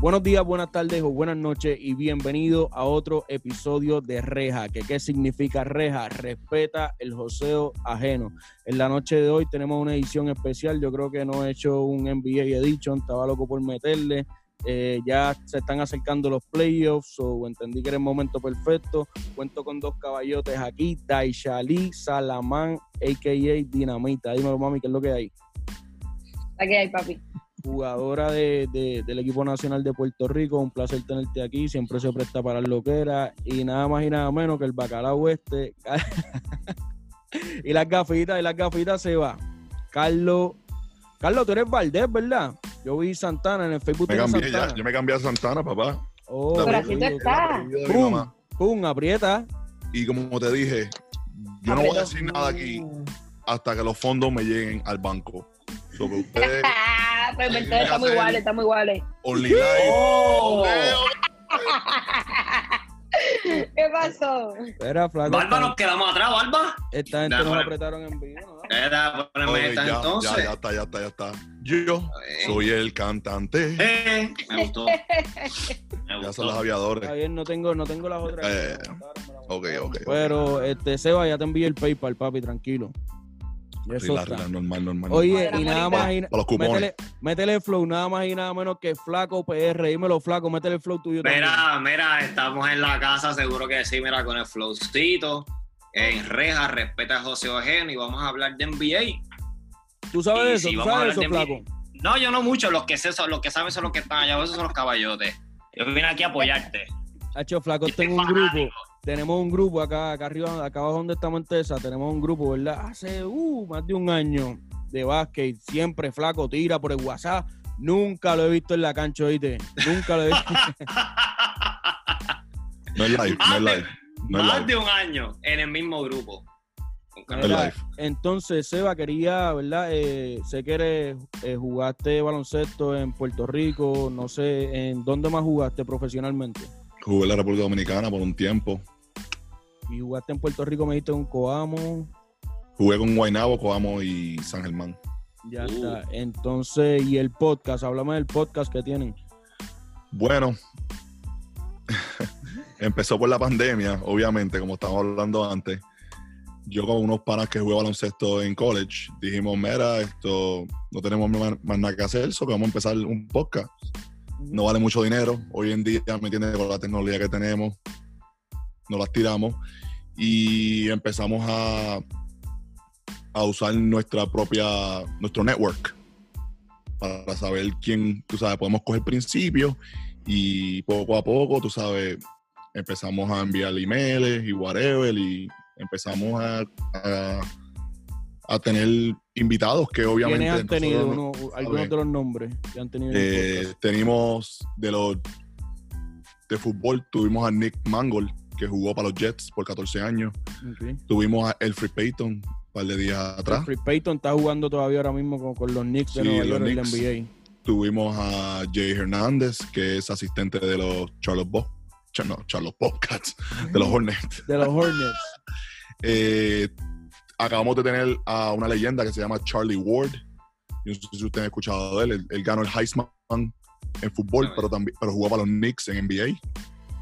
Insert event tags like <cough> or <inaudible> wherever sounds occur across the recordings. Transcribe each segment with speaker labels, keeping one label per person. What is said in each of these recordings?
Speaker 1: Buenos días, buenas tardes o buenas noches y bienvenido a otro episodio de Reja. Que, ¿Qué significa Reja? Respeta el joseo ajeno. En la noche de hoy tenemos una edición especial. Yo creo que no he hecho un NBA Edition, estaba loco por meterle. Eh, ya se están acercando los playoffs, o entendí que era el momento perfecto. Cuento con dos caballotes aquí, Daishali Salamán, a.k.a. Dinamita. Dímelo, mami, ¿qué es lo que hay?
Speaker 2: La que hay, papi.
Speaker 1: Jugadora de- de- del equipo nacional de Puerto Rico, un placer tenerte aquí, siempre se presta para lo que era, y nada más y nada menos que el bacalao este. <laughs> y las gafitas, y las gafitas se va. Carlos, Carlos, tú eres Valdés, ¿verdad? Yo vi Santana en el Facebook.
Speaker 3: Me
Speaker 1: tienes
Speaker 3: cambié ya,
Speaker 1: Santana.
Speaker 3: yo me cambié a Santana, papá.
Speaker 1: Oh,
Speaker 3: La
Speaker 2: Pero
Speaker 3: apellido-
Speaker 2: aquí tú
Speaker 1: Dios.
Speaker 2: estás.
Speaker 3: el apellido de mi
Speaker 1: ¡Pum!
Speaker 3: mamá.
Speaker 1: ¡Pum! Aprieta.
Speaker 3: Y como te dije, yo no voy a decir nada aquí hasta que los fondos me lleguen al banco. So
Speaker 2: <laughs>
Speaker 3: que ustedes,
Speaker 2: Ah, pues entonces estamos iguales, estamos iguales.
Speaker 3: Only
Speaker 4: Oh,
Speaker 3: Life, Oh, Leo,
Speaker 2: ¿Qué pasó?
Speaker 1: Espera, flaco.
Speaker 4: Barba,
Speaker 1: esta-
Speaker 4: nos quedamos atrás, Barba.
Speaker 1: Esta gente
Speaker 4: Nah,
Speaker 1: nos
Speaker 4: bueno.
Speaker 1: apretaron en vivo. ¿no?
Speaker 4: Era,
Speaker 3: ok,
Speaker 4: poneme esta
Speaker 3: ya,
Speaker 4: entonces.
Speaker 3: ya, ya está, ya está, ya está. Yo
Speaker 4: Eh,
Speaker 3: soy el cantante.
Speaker 4: eh,
Speaker 3: <laughs>
Speaker 4: me gustó. Me
Speaker 3: Ya son los
Speaker 4: gustó.
Speaker 1: Está
Speaker 3: aviadores.
Speaker 1: bien, no tengo, no tengo las otras.
Speaker 3: Pues. Eh,
Speaker 1: Me la botaron, me la botaron.
Speaker 3: ok, ok.
Speaker 1: Pero, este, Seba, ya te envié el PayPal, papi, tranquilo. Y Eso
Speaker 3: Relax,
Speaker 1: está.
Speaker 3: relax, normal, normal.
Speaker 1: Oye,
Speaker 2: Para
Speaker 1: y
Speaker 2: la
Speaker 1: nada
Speaker 2: morita.
Speaker 1: más. y-
Speaker 3: Para los cupones.
Speaker 1: Métele, métele flow, nada más y nada menos que flaco PR. Dímelo, flaco, métele el flow tuyo. también.
Speaker 4: Mira, mira, estamos en la casa, seguro que sí, mira, con el flowcito. En reja, respeta a José Ojeno y vamos a hablar de NBA.
Speaker 1: Tú sabes de
Speaker 4: y
Speaker 1: eso,
Speaker 4: si
Speaker 1: tú
Speaker 4: vamos a
Speaker 1: sabes de eso,
Speaker 4: hablar de
Speaker 1: flaco.
Speaker 4: mí- No, yo no mucho, los que, sé, son- los que saben son los que están allá, esos son los caballotes. Yo vine aquí a apoyarte.
Speaker 1: Hacho, flaco,
Speaker 4: Yo soy
Speaker 1: tengo un
Speaker 4: fanático.
Speaker 1: grupo. tenemos un grupo acá, acá arriba, acá abajo donde estamos en Tesa, tenemos un grupo, ¿verdad? Hace uh, más de un año de básquet, siempre flaco, tira por el WhatsApp. Nunca lo he visto en la cancha, oíste. Nunca lo he visto.
Speaker 3: No es live, no es live. No es
Speaker 4: Más
Speaker 3: live.
Speaker 4: de un año en el mismo grupo. Nunca
Speaker 3: No es
Speaker 4: lo-
Speaker 1: Mira,
Speaker 3: live.
Speaker 1: Entonces, Seba, quería, ¿verdad? Eh, sé que eres, eh, jugaste baloncesto en Puerto Rico, no sé, ¿en dónde más jugaste profesionalmente?
Speaker 3: Jugué en la República Dominicana por un tiempo.
Speaker 1: Y jugaste en Puerto Rico, me dijiste en un Coamo,
Speaker 3: Jugué con Guaynabo, Coamo y San Germán.
Speaker 1: ya
Speaker 4: Uh.
Speaker 1: está. Entonces, ¿y el podcast? Háblame del podcast que tienen.
Speaker 3: Bueno, <laughs> empezó por la pandemia, obviamente, como estábamos hablando antes. Yo con unos panas que jugué baloncesto en college, dijimos, mira, esto no tenemos más, más nada que hacer, so que vamos a empezar un podcast. No vale mucho dinero, hoy en día, ¿me entiendes? Con la tecnología que tenemos, nos las tiramos y empezamos a, a usar nuestra propia, nuestro network para saber quién, tú sabes, podemos coger principios y poco a poco, tú sabes, empezamos a enviar emails y whatever y empezamos a, a, a tener invitados que obviamente...
Speaker 1: ¿Quiénes han tenido
Speaker 3: nosotros no-
Speaker 1: uno- algunos de los nombres que han tenido? en el
Speaker 3: eh,
Speaker 1: podcast?
Speaker 3: tenemos de los de fútbol, tuvimos a Nick Mangold, que jugó para los Jets por 14 años.
Speaker 1: Ok.
Speaker 3: Tuvimos a Elfrey Payton un par de días atrás.
Speaker 1: Jeffrey Payton está jugando todavía ahora mismo con, con los Knicks de
Speaker 3: Sí,
Speaker 1: Nueva
Speaker 3: los
Speaker 1: York en la
Speaker 3: Knicks.
Speaker 1: NBA.
Speaker 3: Tuvimos a Jay Hernández, que es asistente de los Charlotte Bo Ch- no, Charlotte Bobcats, de los Hornets.
Speaker 1: De los Hornets.
Speaker 3: Eh, acabamos de tener a una leyenda que se llama Charlie Ward. Yo no sé si ustedes han escuchado de él. Él, él ganó el Heisman en fútbol,
Speaker 4: Ah,
Speaker 3: pero también pero jugó para los Knicks en NBA.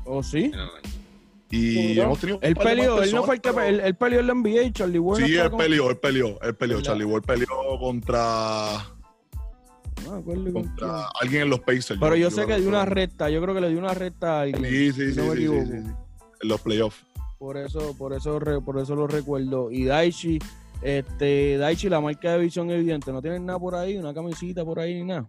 Speaker 1: ¿O ¿Oh,
Speaker 3: <laughs>
Speaker 1: sí?
Speaker 3: Y
Speaker 2: Jugó.
Speaker 3: hemos tenido un
Speaker 1: Él
Speaker 3: par de más
Speaker 1: peleó, él no fue el que
Speaker 3: personas,
Speaker 1: pe- él, él peleó en la NBA, Charlie Ward.
Speaker 3: sí,
Speaker 1: estaba
Speaker 3: él
Speaker 1: con-
Speaker 3: peleó, él peleó, él peleó.
Speaker 1: ¿Verdad?
Speaker 3: Charlie Ward peleó contra,
Speaker 1: No me acuerdo con
Speaker 3: contra
Speaker 1: quién.
Speaker 3: alguien en los Pacers.
Speaker 1: Pero yo sé
Speaker 3: creo
Speaker 1: que dio una
Speaker 3: fue.
Speaker 1: recta, yo creo que le dio una recta a alguien.
Speaker 3: Sí, sí, sí,
Speaker 1: no me
Speaker 3: sí, sí,
Speaker 1: equivoco.
Speaker 3: sí, sí. En los playoffs.
Speaker 1: Por eso, por eso, re- por eso lo recuerdo. Y Daichi, este, Daichi, la marca de Visión Evidente, no tienen nada por ahí, una camisita por ahí ni nada.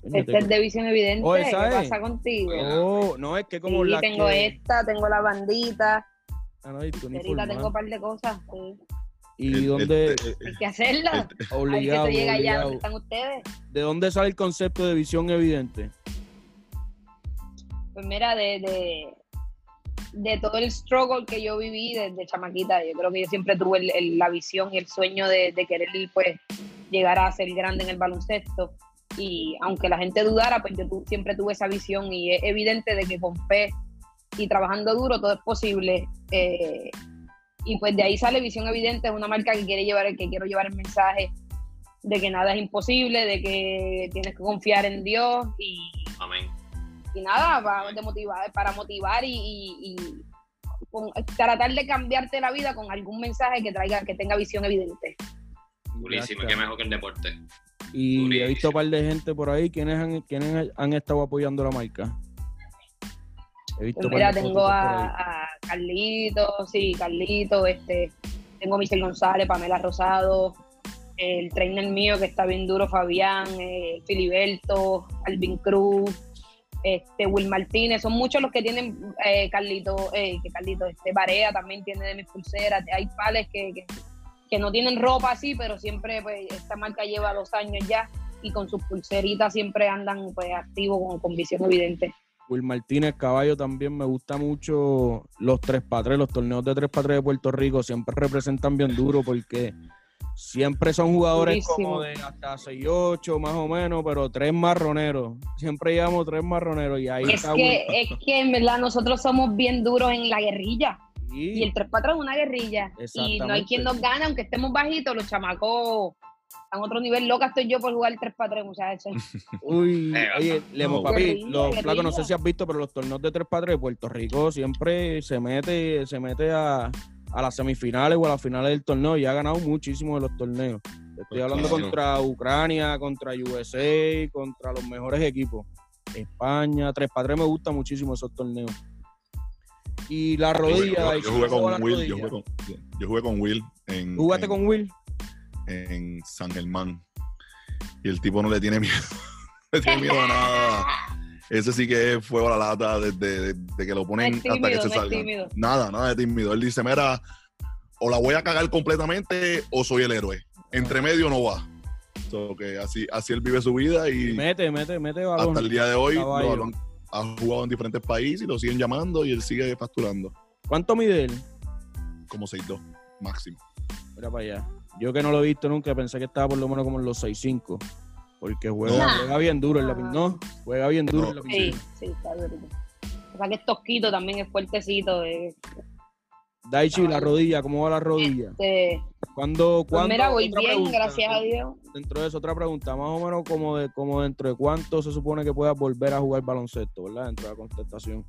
Speaker 1: Coño,
Speaker 2: Esta
Speaker 1: te-
Speaker 2: Este es de visión evidente.
Speaker 1: Oye,
Speaker 2: ¿Qué
Speaker 1: ¿sabes?
Speaker 2: pasa contigo?
Speaker 1: Oh, no, es que como
Speaker 2: Sí,
Speaker 1: la
Speaker 2: tengo
Speaker 1: que-
Speaker 2: esta, tengo la bandita,
Speaker 1: Ah, no, y tú ni
Speaker 2: ahorita
Speaker 1: formal.
Speaker 2: tengo un par de cosas. sí.
Speaker 1: ¿Y
Speaker 3: El- este, eh,
Speaker 1: dónde?
Speaker 3: el- el-
Speaker 2: Hay que hacerlas. Ahí que
Speaker 1: Este, obligado,
Speaker 2: tú llegas allá
Speaker 1: obligado.
Speaker 2: donde están ustedes.
Speaker 1: ¿De dónde sale el concepto de visión evidente?
Speaker 2: Pues mira, de, de, de todo el struggle que yo viví desde chamaquita, yo creo que yo siempre tuve el- el- la visión y el sueño de, de querer pues, llegar a ser grande en el baloncesto. Y aunque la gente dudara, pues yo tu- siempre tuve esa visión y es evidente de que con fe y trabajando duro todo es posible. Eh, y pues de ahí sale Visión Evidente, es una marca que quiere llevar, que quiero llevar el mensaje de que nada es imposible, de que tienes que confiar en Dios y
Speaker 4: Amén.
Speaker 2: Y nada, para, de motivar, para motivar y, y- y con- tratar de cambiarte la vida con algún mensaje que traiga, que tenga visión evidente.
Speaker 4: Durísimo,
Speaker 1: Gracias.
Speaker 4: qué mejor que el deporte.
Speaker 1: Y he
Speaker 4: Durísimo.
Speaker 1: visto un par de gente por ahí quienes han, quienes han estado apoyando la marca. He visto par
Speaker 2: Pues
Speaker 1: de
Speaker 2: mira, tengo
Speaker 1: fotitos por ahí.
Speaker 2: a, a Carlito, sí, Carlito, este, tengo a Michelle González, Pamela Rosado, el trainer mío que está bien duro, Fabián, eh, Filiberto, Alvin Cruz, este, Will Martínez, son muchos los que tienen eh, Carlito, eh, que Carlito, este, Barea también tiene de mis pulseras, hay pales que, que, que no tienen ropa así, pero siempre, pues, esta marca lleva dos años ya y con sus pulseritas siempre andan, pues, activos con, con visión evidente.
Speaker 1: Will Martínez Caballo también me gusta mucho los tres patres, los torneos de tres patres de Puerto Rico siempre representan bien duro porque siempre son jugadores como
Speaker 2: Durísimo.
Speaker 1: de hasta 6-8 más o menos, pero tres marroneros. Siempre llevamos tres marroneros y ahí
Speaker 2: Es
Speaker 1: está
Speaker 2: que, es que en verdad nosotros somos bien duros en la guerrilla.
Speaker 1: Will.
Speaker 2: Y el 3-4 es una guerrilla. Y no hay
Speaker 1: Exactamente.
Speaker 2: quien nos gane, aunque estemos bajitos, los chamacos. A otro nivel loca estoy yo por jugar el 3-4, muchachos.
Speaker 1: Uy,
Speaker 4: Eh,
Speaker 1: oye, Lemo,
Speaker 3: ah, no.
Speaker 1: papi,
Speaker 2: Guerrilla,
Speaker 1: los flacos, no sé
Speaker 2: guerrilla.
Speaker 1: si has visto, pero los torneos de tres padres de Puerto Rico siempre se mete, se mete a, a las semifinales o a las finales del torneo y ha ganado muchísimo de los torneos. Estoy
Speaker 3: Pues
Speaker 1: hablando
Speaker 3: claro.
Speaker 1: contra Ucrania, contra USA, contra los mejores equipos. España, tres padres me gusta muchísimo esos torneos. Y la rodilla.
Speaker 3: Yo,
Speaker 1: y
Speaker 3: yo
Speaker 1: si
Speaker 3: jugué
Speaker 1: no juego
Speaker 3: con
Speaker 1: la
Speaker 3: Will,
Speaker 1: rodilla.
Speaker 3: yo jugué con, yo jugué con Will en,
Speaker 1: ¿Jugaste
Speaker 3: en-
Speaker 1: con Will?
Speaker 3: en San Germán. Y el tipo no le tiene miedo. <laughs> no le tiene miedo a nada.
Speaker 2: <laughs>
Speaker 3: Ese sí que es fuego a la lata desde, desde que lo
Speaker 2: No
Speaker 3: ponen
Speaker 2: es
Speaker 3: hasta que
Speaker 2: tímido,
Speaker 3: se
Speaker 2: no es
Speaker 3: salga.
Speaker 2: tímido.
Speaker 3: Nada, nada de tímido. Él dice, mira, o la voy a cagar completamente o soy el héroe. Entre medio no va. So, que así, así él vive su vida y
Speaker 1: Mete, mete, mete balón.
Speaker 3: hasta el día de hoy lo-
Speaker 1: caballo.
Speaker 3: lo han- ha jugado en diferentes países y lo siguen llamando y él sigue facturando
Speaker 1: ¿Cuánto mide él?
Speaker 3: como 6-2 máximo.
Speaker 1: Mira para allá. Yo que no lo he visto nunca, pensé que estaba por lo menos como en los 6'5". Porque juega,
Speaker 3: No.
Speaker 1: juega bien duro en la piscina. No, juega bien duro
Speaker 3: No.
Speaker 1: en la
Speaker 2: Sí,
Speaker 1: piscina.
Speaker 2: sí, está duro. O sea que es tosquito también, es fuertecito. eh.
Speaker 1: Daichi, la rodilla, ¿cómo va la rodilla?
Speaker 2: Este,
Speaker 1: ¿Cuándo,
Speaker 2: pues
Speaker 1: cuándo?
Speaker 2: mira, voy
Speaker 1: otra
Speaker 2: bien,
Speaker 1: pregunta,
Speaker 2: gracias a Dios.
Speaker 1: Dentro de eso, otra pregunta, más o menos como, de, como dentro de cuánto se supone que puedas volver a jugar baloncesto, ¿verdad? Dentro de la contestación.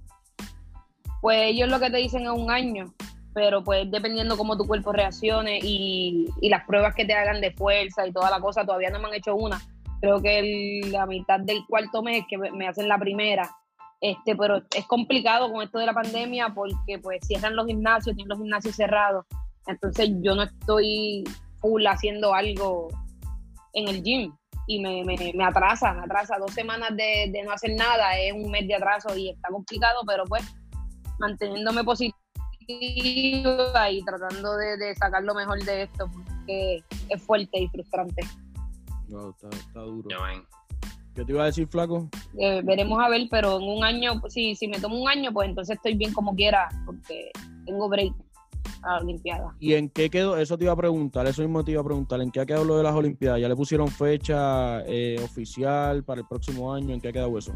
Speaker 2: pues ellos lo que te dicen es un año, pero pues dependiendo cómo tu cuerpo reaccione y, y las pruebas que te hagan de fuerza y toda la cosa, todavía no me han hecho una. Creo que el- la mitad del cuarto mes que me me hacen la primera. Este, pero es complicado con esto de la pandemia porque pues cierran los gimnasios, tienen los gimnasios cerrados. Entonces yo no estoy full haciendo algo en el gym y me, me- me atrasa, me atrasa. Dos semanas de, de no hacer nada es un mes de atraso y está complicado, pero pues manteniéndome positiva y tratando de, de sacar lo mejor de esto, porque es fuerte y frustrante.
Speaker 1: No, está, está duro.
Speaker 4: Amén.
Speaker 1: ¿Qué te iba a decir, flaco?
Speaker 2: Eh, veremos a ver, pero en un año, pues, si, si me tomo un año, pues entonces estoy bien como quiera, porque tengo break ah, a la Olimpiada.
Speaker 1: ¿Y en qué quedó? Eso te iba a preguntar, eso mismo te iba a preguntar. ¿En qué ha quedado lo de las Olimpiadas? ¿Ya le pusieron fecha eh, oficial para el próximo año? ¿En qué ha quedado eso?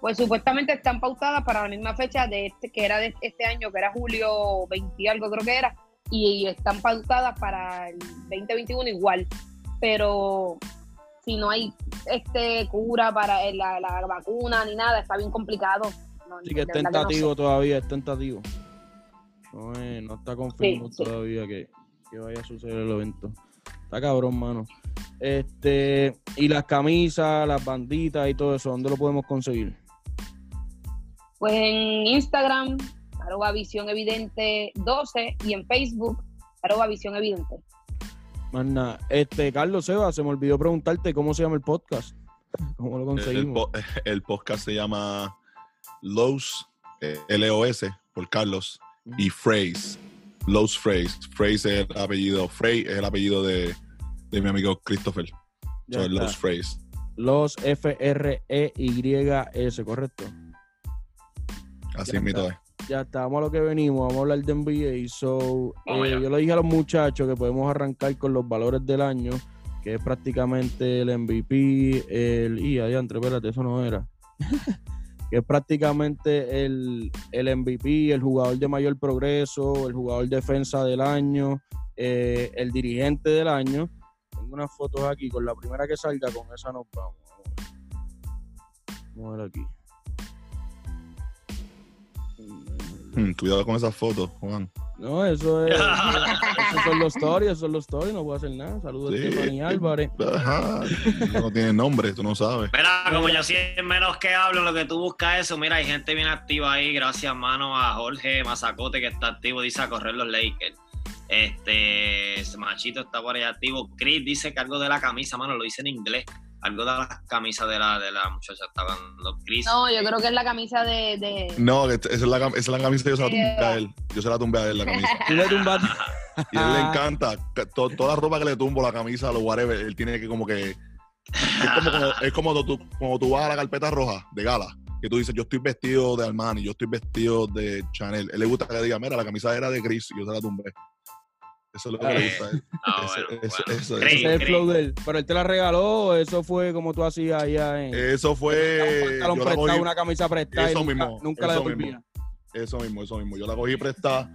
Speaker 2: Pues supuestamente están pautadas para la misma fecha de este, que era de este año, que era julio 20 y algo creo que era, y están pautadas para el 2021 igual, pero si no hay este cura para eh, la, la vacuna ni nada, está bien complicado. No,
Speaker 1: Así que
Speaker 2: de
Speaker 1: es
Speaker 2: verdad no
Speaker 1: tentativo todavía, es tentativo. No, es- no está confirmado
Speaker 2: Sí, sí.
Speaker 1: todavía que, que vaya a suceder el evento. Está cabrón, mano. Este, y las camisas, las banditas y todo eso, ¿dónde lo podemos conseguir?
Speaker 2: Pues en Instagram, arroba visión evidente 12 y en Facebook, arroba visión evidente.
Speaker 1: Más nada. Este, Carlos Seba, se me olvidó preguntarte cómo se llama el podcast. <laughs> ¿Cómo lo
Speaker 3: El,
Speaker 1: conseguimos?
Speaker 3: po- <laughs> el podcast se llama Los eh, L-O-S, por Carlos, y Phrase, Los Phrase. Phrase es el apellido, Frey es el apellido de, de mi amigo Christopher.
Speaker 1: Ya
Speaker 3: So,
Speaker 1: está.
Speaker 3: Los Phrase.
Speaker 1: Los F-R-E-Y-S, correcto.
Speaker 3: Así
Speaker 1: Ya
Speaker 3: es mi
Speaker 1: está.
Speaker 3: todo.
Speaker 1: Ya está, vamos a lo que venimos, vamos a hablar de NBA. So,
Speaker 4: Vamos
Speaker 1: eh,
Speaker 4: allá.
Speaker 1: yo le dije a los muchachos que podemos arrancar con los valores del año, que es prácticamente el MVP, el. Y adiantre, espérate, eso no era. <laughs> que es prácticamente el, el MVP, el jugador de mayor progreso, el jugador defensa del año, eh, el dirigente del año. Tengo unas fotos aquí, con la primera que salga, con esa nos vamos. Vamos a ver. Vamos a ver aquí.
Speaker 3: Hmm, cuidado con esas fotos, Juan.
Speaker 1: No, eso es. esos son los stories, esos son los stories, no puedo hacer nada. Saludos
Speaker 3: Sí.
Speaker 1: a Stephanie Álvarez.
Speaker 3: Ajá. No tiene nombre, tú no sabes.
Speaker 4: Mira, como yo siempre menos que hablo, lo que tú buscas eso. Mira, hay gente bien activa ahí. Gracias, mano, a Jorge Mazacote, que está activo, dice a correr los Lakers. Este, Machito está por ahí activo. Chris dice que algo de la camisa, mano, lo dice en inglés. Algo de las camisas de la, de la muchacha está hablando. Chris.
Speaker 2: No, yo creo que es la camisa de. de-
Speaker 3: No, que esa es, la, cam- esa es la camisa que yo se la tumbé a él. Yo se la tumbé a él la camisa.
Speaker 1: Tú le tumbaste.
Speaker 3: Y a él
Speaker 4: Ah.
Speaker 3: le encanta. ca- to- toda la ropa que le tumbo, la camisa, los whatever, él tiene que como que. Es como, como- es como cuando tú, cuando tú vas a la carpeta roja de gala, que tú dices, yo estoy vestido de Armani, yo estoy vestido de Chanel. Él le gusta que diga, mira, la camisa era de Chris y yo se la tumbé. Eso es lo que le gusta a él.
Speaker 4: Ah,
Speaker 3: Ese-
Speaker 4: bueno,
Speaker 3: ese- eh,
Speaker 4: bueno.
Speaker 3: eso-
Speaker 4: Chris,
Speaker 1: Ese es el
Speaker 4: Chris.
Speaker 1: flow de él. Pero él te la regaló, o eso fue como tú hacías allá en.
Speaker 3: Eso
Speaker 1: Un
Speaker 3: fue.
Speaker 1: pantalón
Speaker 3: Eh, yo la
Speaker 1: prestado,
Speaker 3: cogí-
Speaker 1: una camisa prestada. y
Speaker 3: Eso
Speaker 1: nunca,
Speaker 3: mismo,
Speaker 1: Nunca la
Speaker 3: eso
Speaker 1: devolvía.
Speaker 3: mismo. Eso mismo, eso mismo. Yo la cogí prestada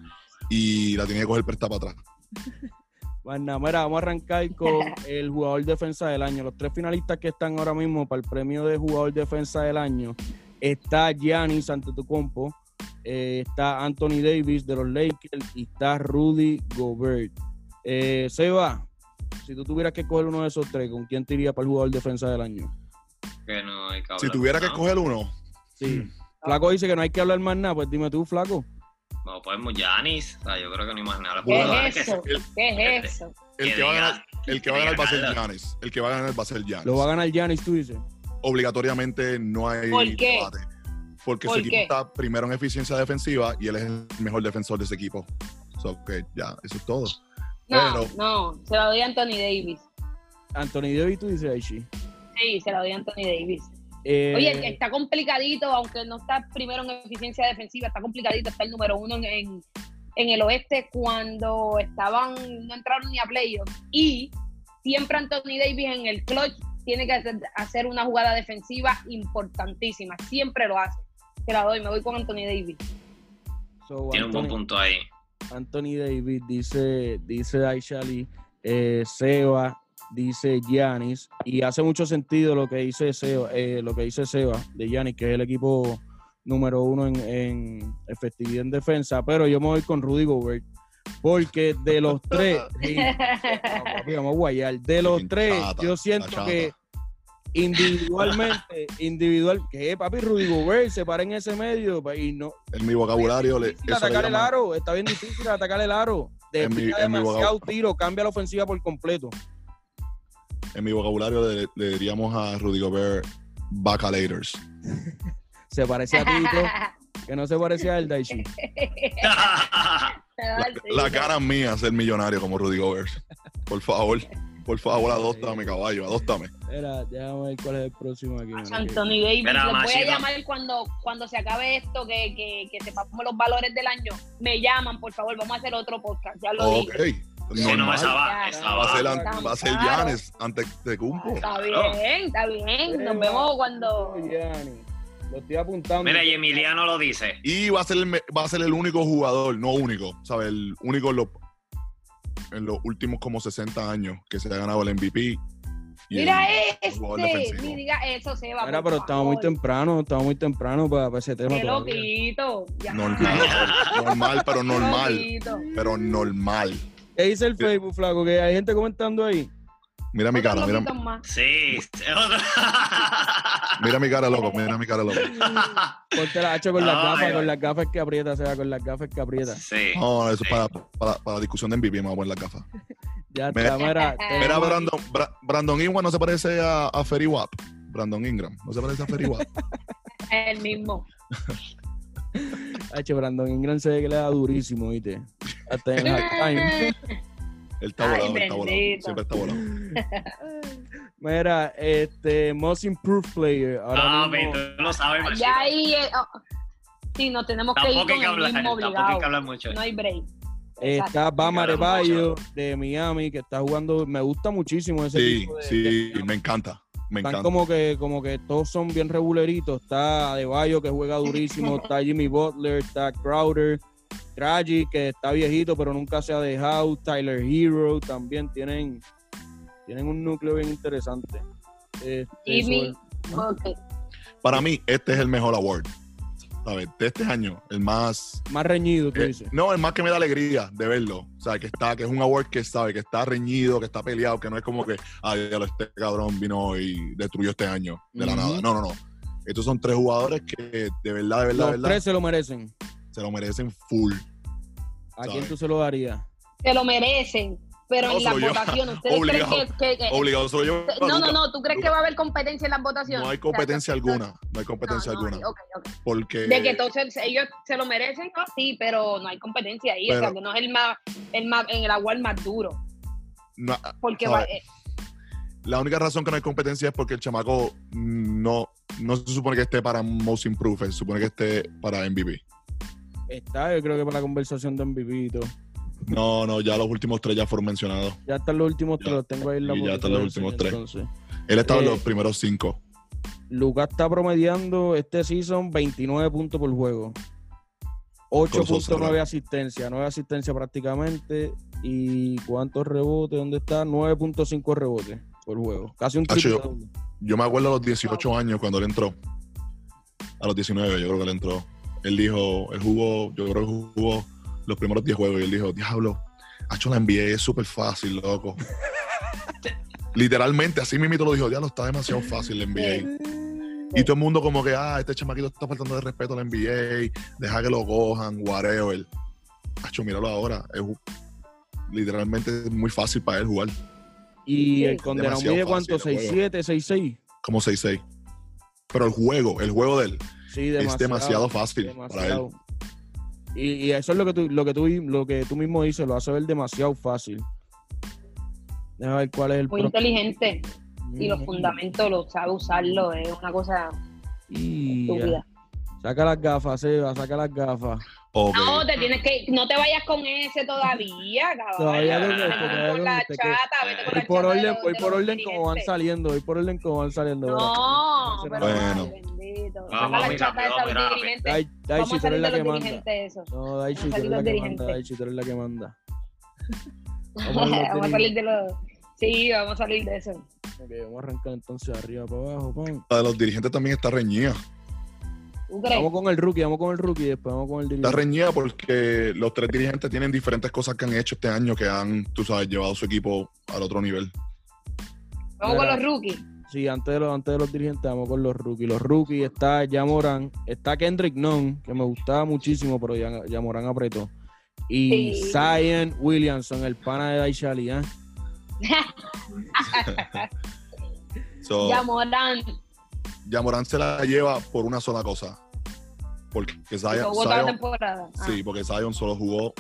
Speaker 3: y la tenía que coger prestada para atrás.
Speaker 1: Bueno, Pues mira, vamos a arrancar con el jugador defensa del año. Los tres finalistas que están ahora mismo para el premio de jugador defensa del año está Giannis Antetokounmpo, eh, está Anthony Davis de los Lakers y está Rudy Gobert. Eh, Seba, si tú tuvieras que coger uno de esos tres, ¿con quién te irías para el jugador defensa del año?
Speaker 4: Que no hay que
Speaker 3: Si
Speaker 4: hablar,
Speaker 3: tuviera que
Speaker 4: ¿no?
Speaker 3: escoger uno,
Speaker 1: Sí. Flaco dice que no hay que hablar más nada, pues dime tú, Flaco.
Speaker 4: No, pues Yanis. O sea, yo creo que no hay más nada. Los
Speaker 2: ¿Qué
Speaker 4: jugadores
Speaker 2: es
Speaker 4: que-
Speaker 2: eso?
Speaker 3: que-
Speaker 2: ¿Qué es eso?
Speaker 3: el
Speaker 4: que
Speaker 3: que va a
Speaker 4: diga-
Speaker 3: ganar, el que va a ganar va a ser
Speaker 4: Carlos.
Speaker 3: Giannis. El que va a ganar va a ser Giannis.
Speaker 1: Lo va a ganar Giannis, tú dices.
Speaker 3: Obligatoriamente no hay
Speaker 2: ¿Por qué?
Speaker 3: debate. Porque
Speaker 2: ¿Por
Speaker 3: su equipo
Speaker 2: qué?
Speaker 3: está primero en eficiencia defensiva y él es el mejor defensor de ese equipo. So, que ya, eso es todo.
Speaker 2: No,
Speaker 3: Pero-
Speaker 2: no, se la doy a Anthony Davis.
Speaker 1: Anthony Davis, tú dices, Aishi.
Speaker 2: Sí, se la doy a Anthony Davis.
Speaker 1: Eh,
Speaker 2: Oye, está complicadito, aunque no está primero en eficiencia defensiva, está complicadito, está el número uno en, en, en el oeste cuando estaban, no entraron ni a playoffs. Y siempre Anthony Davis en el clutch tiene que hacer- hacer una jugada defensiva importantísima, siempre lo hace. Te la doy, me voy con Anthony Davis.
Speaker 1: so,
Speaker 4: Tiene un buen
Speaker 1: Anthony-
Speaker 4: punto ahí. <laughs>
Speaker 1: Anthony Davis, dice, dice Aisha Lee, eh, Seba, dice Giannis, y hace mucho sentido lo que dice Seba, eh, lo que dice Seba de Giannis, que es el equipo número uno en, en efectividad en defensa, pero yo me voy con Rudy Gobert, porque de los
Speaker 3: <laughs>
Speaker 1: tres, sí, no, papi, vamos a guayar, de los tres,
Speaker 3: Chata,
Speaker 1: yo siento
Speaker 3: chata.
Speaker 1: que individualmente, individual, que papi Rudy Gobert se para en ese medio pa- y no,
Speaker 3: En mi vocabulario, le,
Speaker 1: es difícil
Speaker 3: eso le
Speaker 1: atacar el
Speaker 3: llaman-
Speaker 1: aro, está bien difícil atacar el aro. Te
Speaker 3: En mi-
Speaker 1: pica
Speaker 3: en mi
Speaker 1: demasiado
Speaker 3: vocab-
Speaker 1: tiro, cambia la ofensiva por completo.
Speaker 3: en mi vocabulario le, le diríamos a Rudy Gobert Bacalators.
Speaker 1: Se parece a
Speaker 2: <laughs>
Speaker 1: Tito, que no se parecía al Daichi.
Speaker 3: La cara mía ser millonario como Rudy Gobert. Por favor, por favor, adóptame, caballo, adóptame.
Speaker 1: Mira, déjame ver cuál es el próximo aquí. mira, que-
Speaker 2: Anthony Davis,
Speaker 4: Mira,
Speaker 2: les voy
Speaker 4: Machida.
Speaker 2: a llamar cuando, cuando se acabe esto, que, que, que sepamos los valores del año. Me llaman, por favor, vamos a hacer otro podcast. Ya lo
Speaker 3: Ok.
Speaker 2: dije.
Speaker 4: Sí, no,
Speaker 3: normal.
Speaker 4: esa va, esa
Speaker 3: Va a ser,
Speaker 4: va.
Speaker 3: an- va a ser
Speaker 2: Claro.
Speaker 3: Giannis antes de Cumpo.
Speaker 2: Está
Speaker 4: Claro.
Speaker 2: bien, está bien. Nos
Speaker 1: Seba,
Speaker 2: vemos cuando.
Speaker 1: Tito, Gianni. Lo estoy apuntando.
Speaker 4: Mira, y Emiliano lo dice.
Speaker 3: Y va a ser el, me- va a ser el único jugador, no único, ¿sabes? El único en los, en los últimos como 60 años que se ha ganado el MVP. y
Speaker 2: Mira
Speaker 3: el-
Speaker 2: este.
Speaker 3: jugador defensivo.
Speaker 2: Ni diga eso, Seba.
Speaker 1: Mira,
Speaker 2: por
Speaker 1: pero estamos muy
Speaker 2: favor.
Speaker 1: temprano, estamos muy temprano para, para ese tema.
Speaker 2: Qué
Speaker 1: todavía.
Speaker 2: loquito. Ya.
Speaker 3: Normal, normal, pero
Speaker 2: Qué
Speaker 3: normal,
Speaker 2: loquito.
Speaker 3: pero normal.
Speaker 1: ¿Qué dice el Facebook, flaco? Que hay gente comentando ahí.
Speaker 3: Mira mi cara,
Speaker 2: Otro
Speaker 3: mira,
Speaker 2: loquito más.
Speaker 4: Sí. este, <laughs>
Speaker 3: mira mi cara, loco, mira mi cara, loco.
Speaker 1: Ponte la hacha con las
Speaker 4: Ay,
Speaker 1: gafas,
Speaker 4: ay.
Speaker 1: con las gafas que aprieta, sea, con las gafas que aprieta.
Speaker 4: sí.
Speaker 3: No, eso es para, para, para la discusión de MVP, me voy a poner las gafas.
Speaker 1: Ya
Speaker 3: Mira-
Speaker 1: está, mira.
Speaker 3: Mira,
Speaker 1: tenemos-
Speaker 3: Brandon, Bra- Brandon Ingram no se parece a, a Ferry Wap. Brandon Ingram, no se parece a Ferry Wap.
Speaker 2: El mismo.
Speaker 1: H. Brandon Ingram se ve que le da durísimo, ¿viste? Hasta en el halftime.
Speaker 2: Mm,
Speaker 3: Él está
Speaker 2: <laughs> Ay,
Speaker 3: volado, él está volado.
Speaker 2: bendito.
Speaker 3: Siempre está volado.
Speaker 1: Mira, este, Most Improved Player. Ahora
Speaker 4: Ah,
Speaker 1: mismo,
Speaker 4: pero tú lo sabes, machito.
Speaker 2: Ya ahí. eh, oh, Sí, nos tenemos que ir
Speaker 4: Tampoco
Speaker 2: con
Speaker 4: hay que
Speaker 2: el
Speaker 4: hablar,
Speaker 2: mismo
Speaker 4: tampoco hay
Speaker 2: obligado.
Speaker 4: que hablar mucho.
Speaker 2: No hay break.
Speaker 1: está Bam
Speaker 4: Caramba,
Speaker 1: Adebayo de Miami, que está jugando. Me gusta muchísimo ese
Speaker 3: Sí,
Speaker 1: equipo de- de
Speaker 3: sí,
Speaker 1: Miami.
Speaker 3: me encanta. Me
Speaker 1: Están
Speaker 3: encanta.
Speaker 1: como que, como que todos son bien reguleritos. Está Adebayo, que juega durísimo. Está Jimmy Butler, está Crowder. Tragic, que está viejito, pero nunca se ha dejado. Tyler Hero también tienen, tienen un núcleo bien interesante. Este,
Speaker 2: Jimmy.
Speaker 1: sobre-
Speaker 2: Ok.
Speaker 3: Para mí, este es el mejor award. ¿Sabes? De este año, el más
Speaker 1: Más reñido, tú
Speaker 3: Eh,
Speaker 1: dices.
Speaker 3: no, es más que me da alegría de verlo. O sea, que está, que es un award que sabe, que está reñido, que está peleado, que no es como que, ah, diablo, este cabrón vino y destruyó este año de la
Speaker 1: Ujú.
Speaker 3: nada. No, no, no. Estos son tres jugadores que de verdad, de verdad, de
Speaker 1: Los
Speaker 3: verdad,
Speaker 1: tres se lo merecen.
Speaker 3: se lo merecen full.
Speaker 1: ¿A
Speaker 3: ¿Sabes?
Speaker 1: quién tú se lo darías?
Speaker 2: Se lo merecen, pero
Speaker 3: No,
Speaker 2: en
Speaker 3: se
Speaker 2: las
Speaker 3: lo lleva. <laughs>
Speaker 2: votaciones, ¿ustedes
Speaker 3: Obligado.
Speaker 2: creen que- que- que-
Speaker 3: Obligado, solo yo.
Speaker 2: No, no, no, ¿tú crees que va a haber competencia en las votaciones?
Speaker 3: No hay
Speaker 2: O sea,
Speaker 3: competencia
Speaker 2: no- no-
Speaker 3: alguna, no hay
Speaker 2: no,
Speaker 3: competencia
Speaker 2: no,
Speaker 3: alguna. Eh,
Speaker 2: ok, ok.
Speaker 3: Porque.
Speaker 2: De que entonces ellos se lo merecen, ah, sí, pero no hay competencia ahí. o sea,
Speaker 3: Pero-
Speaker 2: que no es el más, el más, en el award más duro.
Speaker 3: na-
Speaker 2: Porque
Speaker 3: Sabe,
Speaker 2: va- eh,
Speaker 3: la única razón que no hay competencia es porque el chamaco no, no se supone que esté para Most Improved, se supone que esté para MVP.
Speaker 1: Está, yo creo que para la conversación de Envivito.
Speaker 3: No, no, ya los últimos tres ya fueron mencionados.
Speaker 1: Ya están los últimos
Speaker 3: Ya.
Speaker 1: tres, los tengo ahí en la
Speaker 3: Y ya
Speaker 1: punta,
Speaker 3: están
Speaker 1: te
Speaker 3: los
Speaker 1: voy a
Speaker 3: últimos tres.
Speaker 1: enseñar, entonces.
Speaker 3: Él estaba en
Speaker 1: Eh,
Speaker 3: los primeros cinco.
Speaker 1: Lucas está promediando este season 29 puntos por juego.
Speaker 3: Sosa,
Speaker 1: 8.9
Speaker 3: ¿verdad?
Speaker 1: asistencia, 9 asistencia prácticamente. ¿Y cuántos rebotes? ¿Dónde está? 9.5 rebotes por juego. Casi un
Speaker 3: Hacho,
Speaker 1: triple.
Speaker 3: yo-
Speaker 1: doble.
Speaker 3: Yo me acuerdo a los 18 años cuando él entró. A los 19, yo creo que él entró. Él dijo, él jugó, yo creo que jugó los primeros 10 juegos y él dijo, diablo, ha hecho la NBA es súper fácil, loco. Literalmente, así mismito lo dijo, diablo, está demasiado fácil la NBA. Y todo el mundo como que, ah, este chamaquito está faltando de respeto a la NBA, deja que lo cojan, whatever. Hacho, míralo ahora. Es ju- literalmente es muy fácil para él jugar,
Speaker 1: Y
Speaker 2: Sí.
Speaker 1: el condenado
Speaker 3: Demasiado
Speaker 1: mide cuánto?
Speaker 3: fácil el juego.
Speaker 1: 6-7, 6-6.
Speaker 3: como 6-6. Pero el juego, el juego de él,
Speaker 1: Sí, demasiado.
Speaker 3: es demasiado fácil para él.
Speaker 1: demasiado. Y, y eso es lo que tú, lo que tú, lo que tú mismo dices, lo hace ver demasiado fácil. Déjame ver cuál es el
Speaker 2: muy
Speaker 1: pro-
Speaker 2: inteligente y los
Speaker 1: Mm.
Speaker 2: fundamentos lo sabe usarlo, es una cosa
Speaker 1: Y-
Speaker 2: estúpida.
Speaker 1: Saca las gafas, Seba, saca las gafas.
Speaker 3: Ok.
Speaker 2: No, te tienes que, no te vayas con ese todavía, cabrón.
Speaker 1: Todavía
Speaker 4: no,
Speaker 2: Vete
Speaker 1: todavía
Speaker 2: con
Speaker 1: no,
Speaker 2: la
Speaker 1: te quedas.
Speaker 2: chata, vete con
Speaker 1: Voy
Speaker 2: la
Speaker 1: por
Speaker 2: chata de
Speaker 1: orden,
Speaker 2: los-
Speaker 1: voy
Speaker 2: de
Speaker 1: por
Speaker 2: los
Speaker 1: orden como van
Speaker 2: dirigentes.
Speaker 1: saliendo, voy por orden como van saliendo.
Speaker 2: No,
Speaker 1: Bueno.
Speaker 2: pero
Speaker 3: Bueno.
Speaker 2: ay, bendito.
Speaker 4: Vamos,
Speaker 2: Saca la
Speaker 4: mira,
Speaker 2: chata de
Speaker 4: vamos, mira,
Speaker 2: esos dirigentes.
Speaker 1: Dai-
Speaker 2: Vamos
Speaker 1: Daichi,
Speaker 2: a
Speaker 1: tú eres
Speaker 2: salir
Speaker 1: la que
Speaker 2: de los
Speaker 1: manda.
Speaker 2: dirigentes esos.
Speaker 1: No, Daichi, tú
Speaker 2: Vamos a
Speaker 1: eres
Speaker 2: salir
Speaker 1: la
Speaker 2: los
Speaker 1: que manda.
Speaker 2: dirigentes.
Speaker 1: Daichi, tú eres la que manda. Vamos a
Speaker 2: <laughs> Vamos a
Speaker 1: salir
Speaker 2: salir de los... Sí, vamos a salir de eso.
Speaker 1: Vamos a arrancar entonces de arriba para abajo, pan.
Speaker 3: La de los dirigentes también está reñida.
Speaker 2: ¿Tú crees?
Speaker 1: Vamos con el rookie, vamos con el rookie y después vamos con el
Speaker 3: Está
Speaker 1: dirigente.
Speaker 3: reñida porque los tres dirigentes tienen diferentes cosas que han hecho este año que han, tú sabes, llevado su equipo al otro nivel.
Speaker 2: Vamos con
Speaker 1: Mira.
Speaker 2: los rookies.
Speaker 1: Sí, antes de, los, antes de los dirigentes, vamos con los rookies. Los rookies está Yamoran, está Kendrick Nunn, que me gustaba muchísimo, pero ya- Yamoran apretó. Y
Speaker 2: Sí.
Speaker 1: Zion Williamson, el pana de Daishali, ¿eh?
Speaker 3: So,
Speaker 2: Ya Morán.
Speaker 3: ya Morán se la lleva por una sola cosa. Porque Zion,
Speaker 2: Jugó toda la
Speaker 3: Zion-
Speaker 2: temporada. Ah.
Speaker 3: sí, porque Zion solo jugó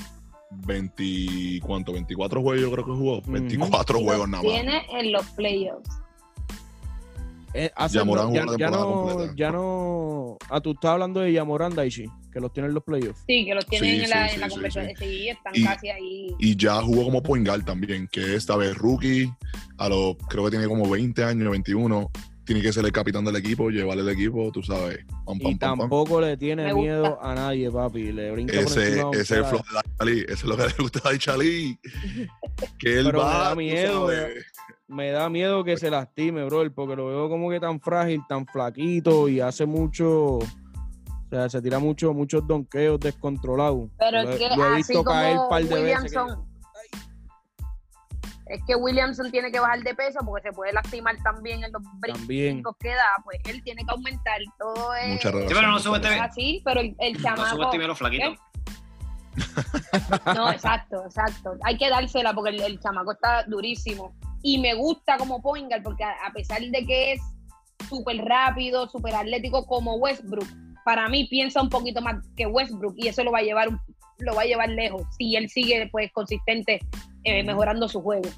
Speaker 3: 20, ¿cuánto? 24 juegos, yo creo que jugó. 24
Speaker 2: Y
Speaker 3: juegos
Speaker 2: los
Speaker 3: nada más.
Speaker 2: Tiene en los playoffs.
Speaker 1: Eh, hace-
Speaker 3: Yamoran
Speaker 1: no,
Speaker 3: jugó
Speaker 1: ya,
Speaker 3: la
Speaker 1: ya
Speaker 3: temporada
Speaker 1: no,
Speaker 3: completa.
Speaker 1: ya no. Ah, tú estás hablando de Yamoran Daichi, que los tienen los playoffs.
Speaker 2: Sí, que los tienen
Speaker 3: Sí,
Speaker 2: en la,
Speaker 3: sí,
Speaker 2: en la
Speaker 3: sí,
Speaker 2: conversación.
Speaker 3: sí,
Speaker 2: Sí, están
Speaker 3: Y-
Speaker 2: casi ahí.
Speaker 3: Y ya jugó como Poingal también, que esta vez rookie, a los, creo que tiene como 20 años, 21. Tiene que ser el capitán del equipo, llevar el equipo, tú sabes. Pam,
Speaker 1: Y
Speaker 3: pam, pam, pam.
Speaker 1: tampoco le tiene
Speaker 2: Me gusta.
Speaker 1: miedo a nadie, papi. Le brinca por
Speaker 3: Ese,
Speaker 1: encima a
Speaker 3: ese es el
Speaker 1: cualquiera.
Speaker 3: flow de Dai Chalí, ese es lo que le gusta a
Speaker 1: <laughs>
Speaker 3: Chalí. Que él
Speaker 1: Pero me da
Speaker 3: va. tú
Speaker 1: miedo, eh.
Speaker 3: sabes.
Speaker 1: Me da miedo que se lastime, bro, porque lo veo como que tan frágil, tan flaquito y hace mucho. O sea, se tira mucho, muchos donqueos descontrolados.
Speaker 2: Pero
Speaker 1: Lo-
Speaker 2: es que
Speaker 1: lo he
Speaker 2: así
Speaker 1: visto
Speaker 2: como
Speaker 1: caer par de veces que-
Speaker 2: Williamson. Es que Williamson tiene que bajar de peso porque se puede lastimar también en los brincos
Speaker 1: También.
Speaker 2: que da. Pues él tiene que aumentar todo es
Speaker 3: Mucha relación,
Speaker 4: Sí, pero no
Speaker 3: mucha
Speaker 4: sube este-
Speaker 3: relación.
Speaker 2: así, pero el, el
Speaker 4: No este
Speaker 2: chamaco.
Speaker 4: subestimé los flaquitos.
Speaker 2: No, exacto, exacto. Hay que dársela porque el, el chamaco está durísimo. Y me gusta como Poingal porque a, a pesar de que es súper rápido, súper atlético como Westbrook, para mí piensa un poquito más que Westbrook y eso lo va a llevar un- lo va a llevar lejos si él sigue pues consistente eh, mejorando su juego.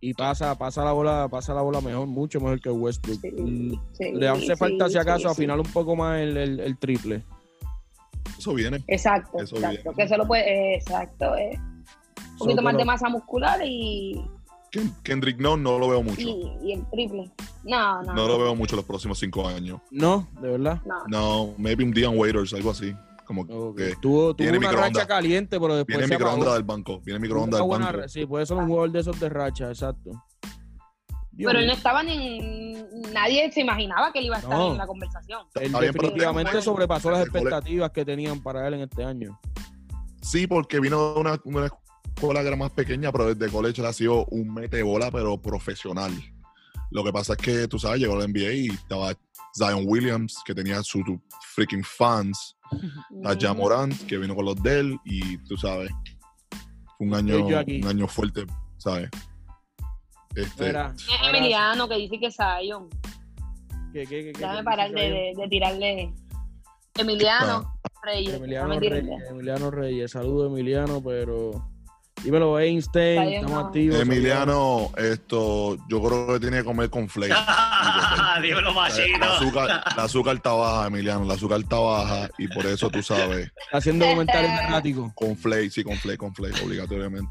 Speaker 1: Y pasa, pasa la bola, pasa la bola mejor, mucho mejor que Westbrook.
Speaker 2: Sí,
Speaker 1: Mm,
Speaker 2: sí,
Speaker 1: Le hace
Speaker 2: sí,
Speaker 1: falta, si acaso,
Speaker 2: sí, sí.
Speaker 1: afinar un poco más el, el- el triple.
Speaker 3: Eso viene.
Speaker 2: Exacto,
Speaker 3: Eso
Speaker 2: exacto.
Speaker 3: bien.
Speaker 2: Que eso lo puede, exacto, eh. Un
Speaker 1: So,
Speaker 2: poquito más
Speaker 1: pero-
Speaker 2: de masa muscular y,
Speaker 3: Ken- Kendrick no, no lo veo mucho.
Speaker 2: y, y el triple. No, no.
Speaker 3: No lo veo mucho los próximos cinco años.
Speaker 1: No, de verdad.
Speaker 2: no.
Speaker 3: No, maybe un Dion Waiters, algo así. Como
Speaker 1: Ok.
Speaker 3: que
Speaker 1: Tuvo, tuvo
Speaker 3: Viene
Speaker 1: una
Speaker 3: microondas.
Speaker 1: racha caliente, pero después
Speaker 3: viene
Speaker 1: se apagó.
Speaker 3: microondas del banco. Viene
Speaker 1: Tuvo una
Speaker 3: microondas del
Speaker 1: buena
Speaker 3: banco.
Speaker 1: ra- sí, puede ser un jugador de esos de racha, exacto. Dios
Speaker 2: pero él no
Speaker 1: mío.
Speaker 2: estaba ni en- Nadie se imaginaba que él iba a estar
Speaker 1: No.
Speaker 2: en la conversación.
Speaker 1: Él
Speaker 3: Está bien, pero
Speaker 1: definitivamente
Speaker 3: tiene-
Speaker 1: sobrepasó las
Speaker 3: el cole-
Speaker 1: expectativas que tenían para él en este año.
Speaker 3: Sí, porque vino de una, una escuela que era más pequeña, pero desde college él ha sido un metebola, pero profesional. Lo que pasa es que, tú sabes, llegó a la NBA y estaba Zion Williams, que tenía sus freaking fans, a Ja Morant, que vino con los de él, y tú sabes, fue un año,
Speaker 1: yo aquí.
Speaker 3: un año fuerte, ¿sabes? Este,
Speaker 1: Mira,
Speaker 2: Tiene
Speaker 1: ahora-
Speaker 2: Emiliano que dice que es Zion.
Speaker 1: ¿qué, qué, qué, qué,
Speaker 2: Déjame
Speaker 1: qué
Speaker 2: parar
Speaker 1: dice
Speaker 2: de,
Speaker 1: ahí?
Speaker 2: de- de tirarle. Emiliano
Speaker 3: Ah.
Speaker 2: Reyes.
Speaker 1: Emiliano
Speaker 2: no me tires
Speaker 1: Reyes,
Speaker 2: de-
Speaker 1: Emiliano Reyes, saludo Emiliano, pero dímelo Einstein,
Speaker 2: Está bien,
Speaker 1: estamos
Speaker 2: no.
Speaker 1: activos.
Speaker 3: Emiliano, esto, yo creo que tiene que comer con
Speaker 4: <laughs>
Speaker 3: flakes.
Speaker 4: Dímelo,
Speaker 3: La
Speaker 4: machito.
Speaker 3: azúcar, la azúcar está baja, Emiliano, la azúcar está baja y por eso tú sabes,
Speaker 1: Está haciendo comentarios
Speaker 2: <laughs>
Speaker 1: erráticos.
Speaker 3: con flake, sí, con flake, con flake,
Speaker 1: <laughs>
Speaker 3: obligatoriamente.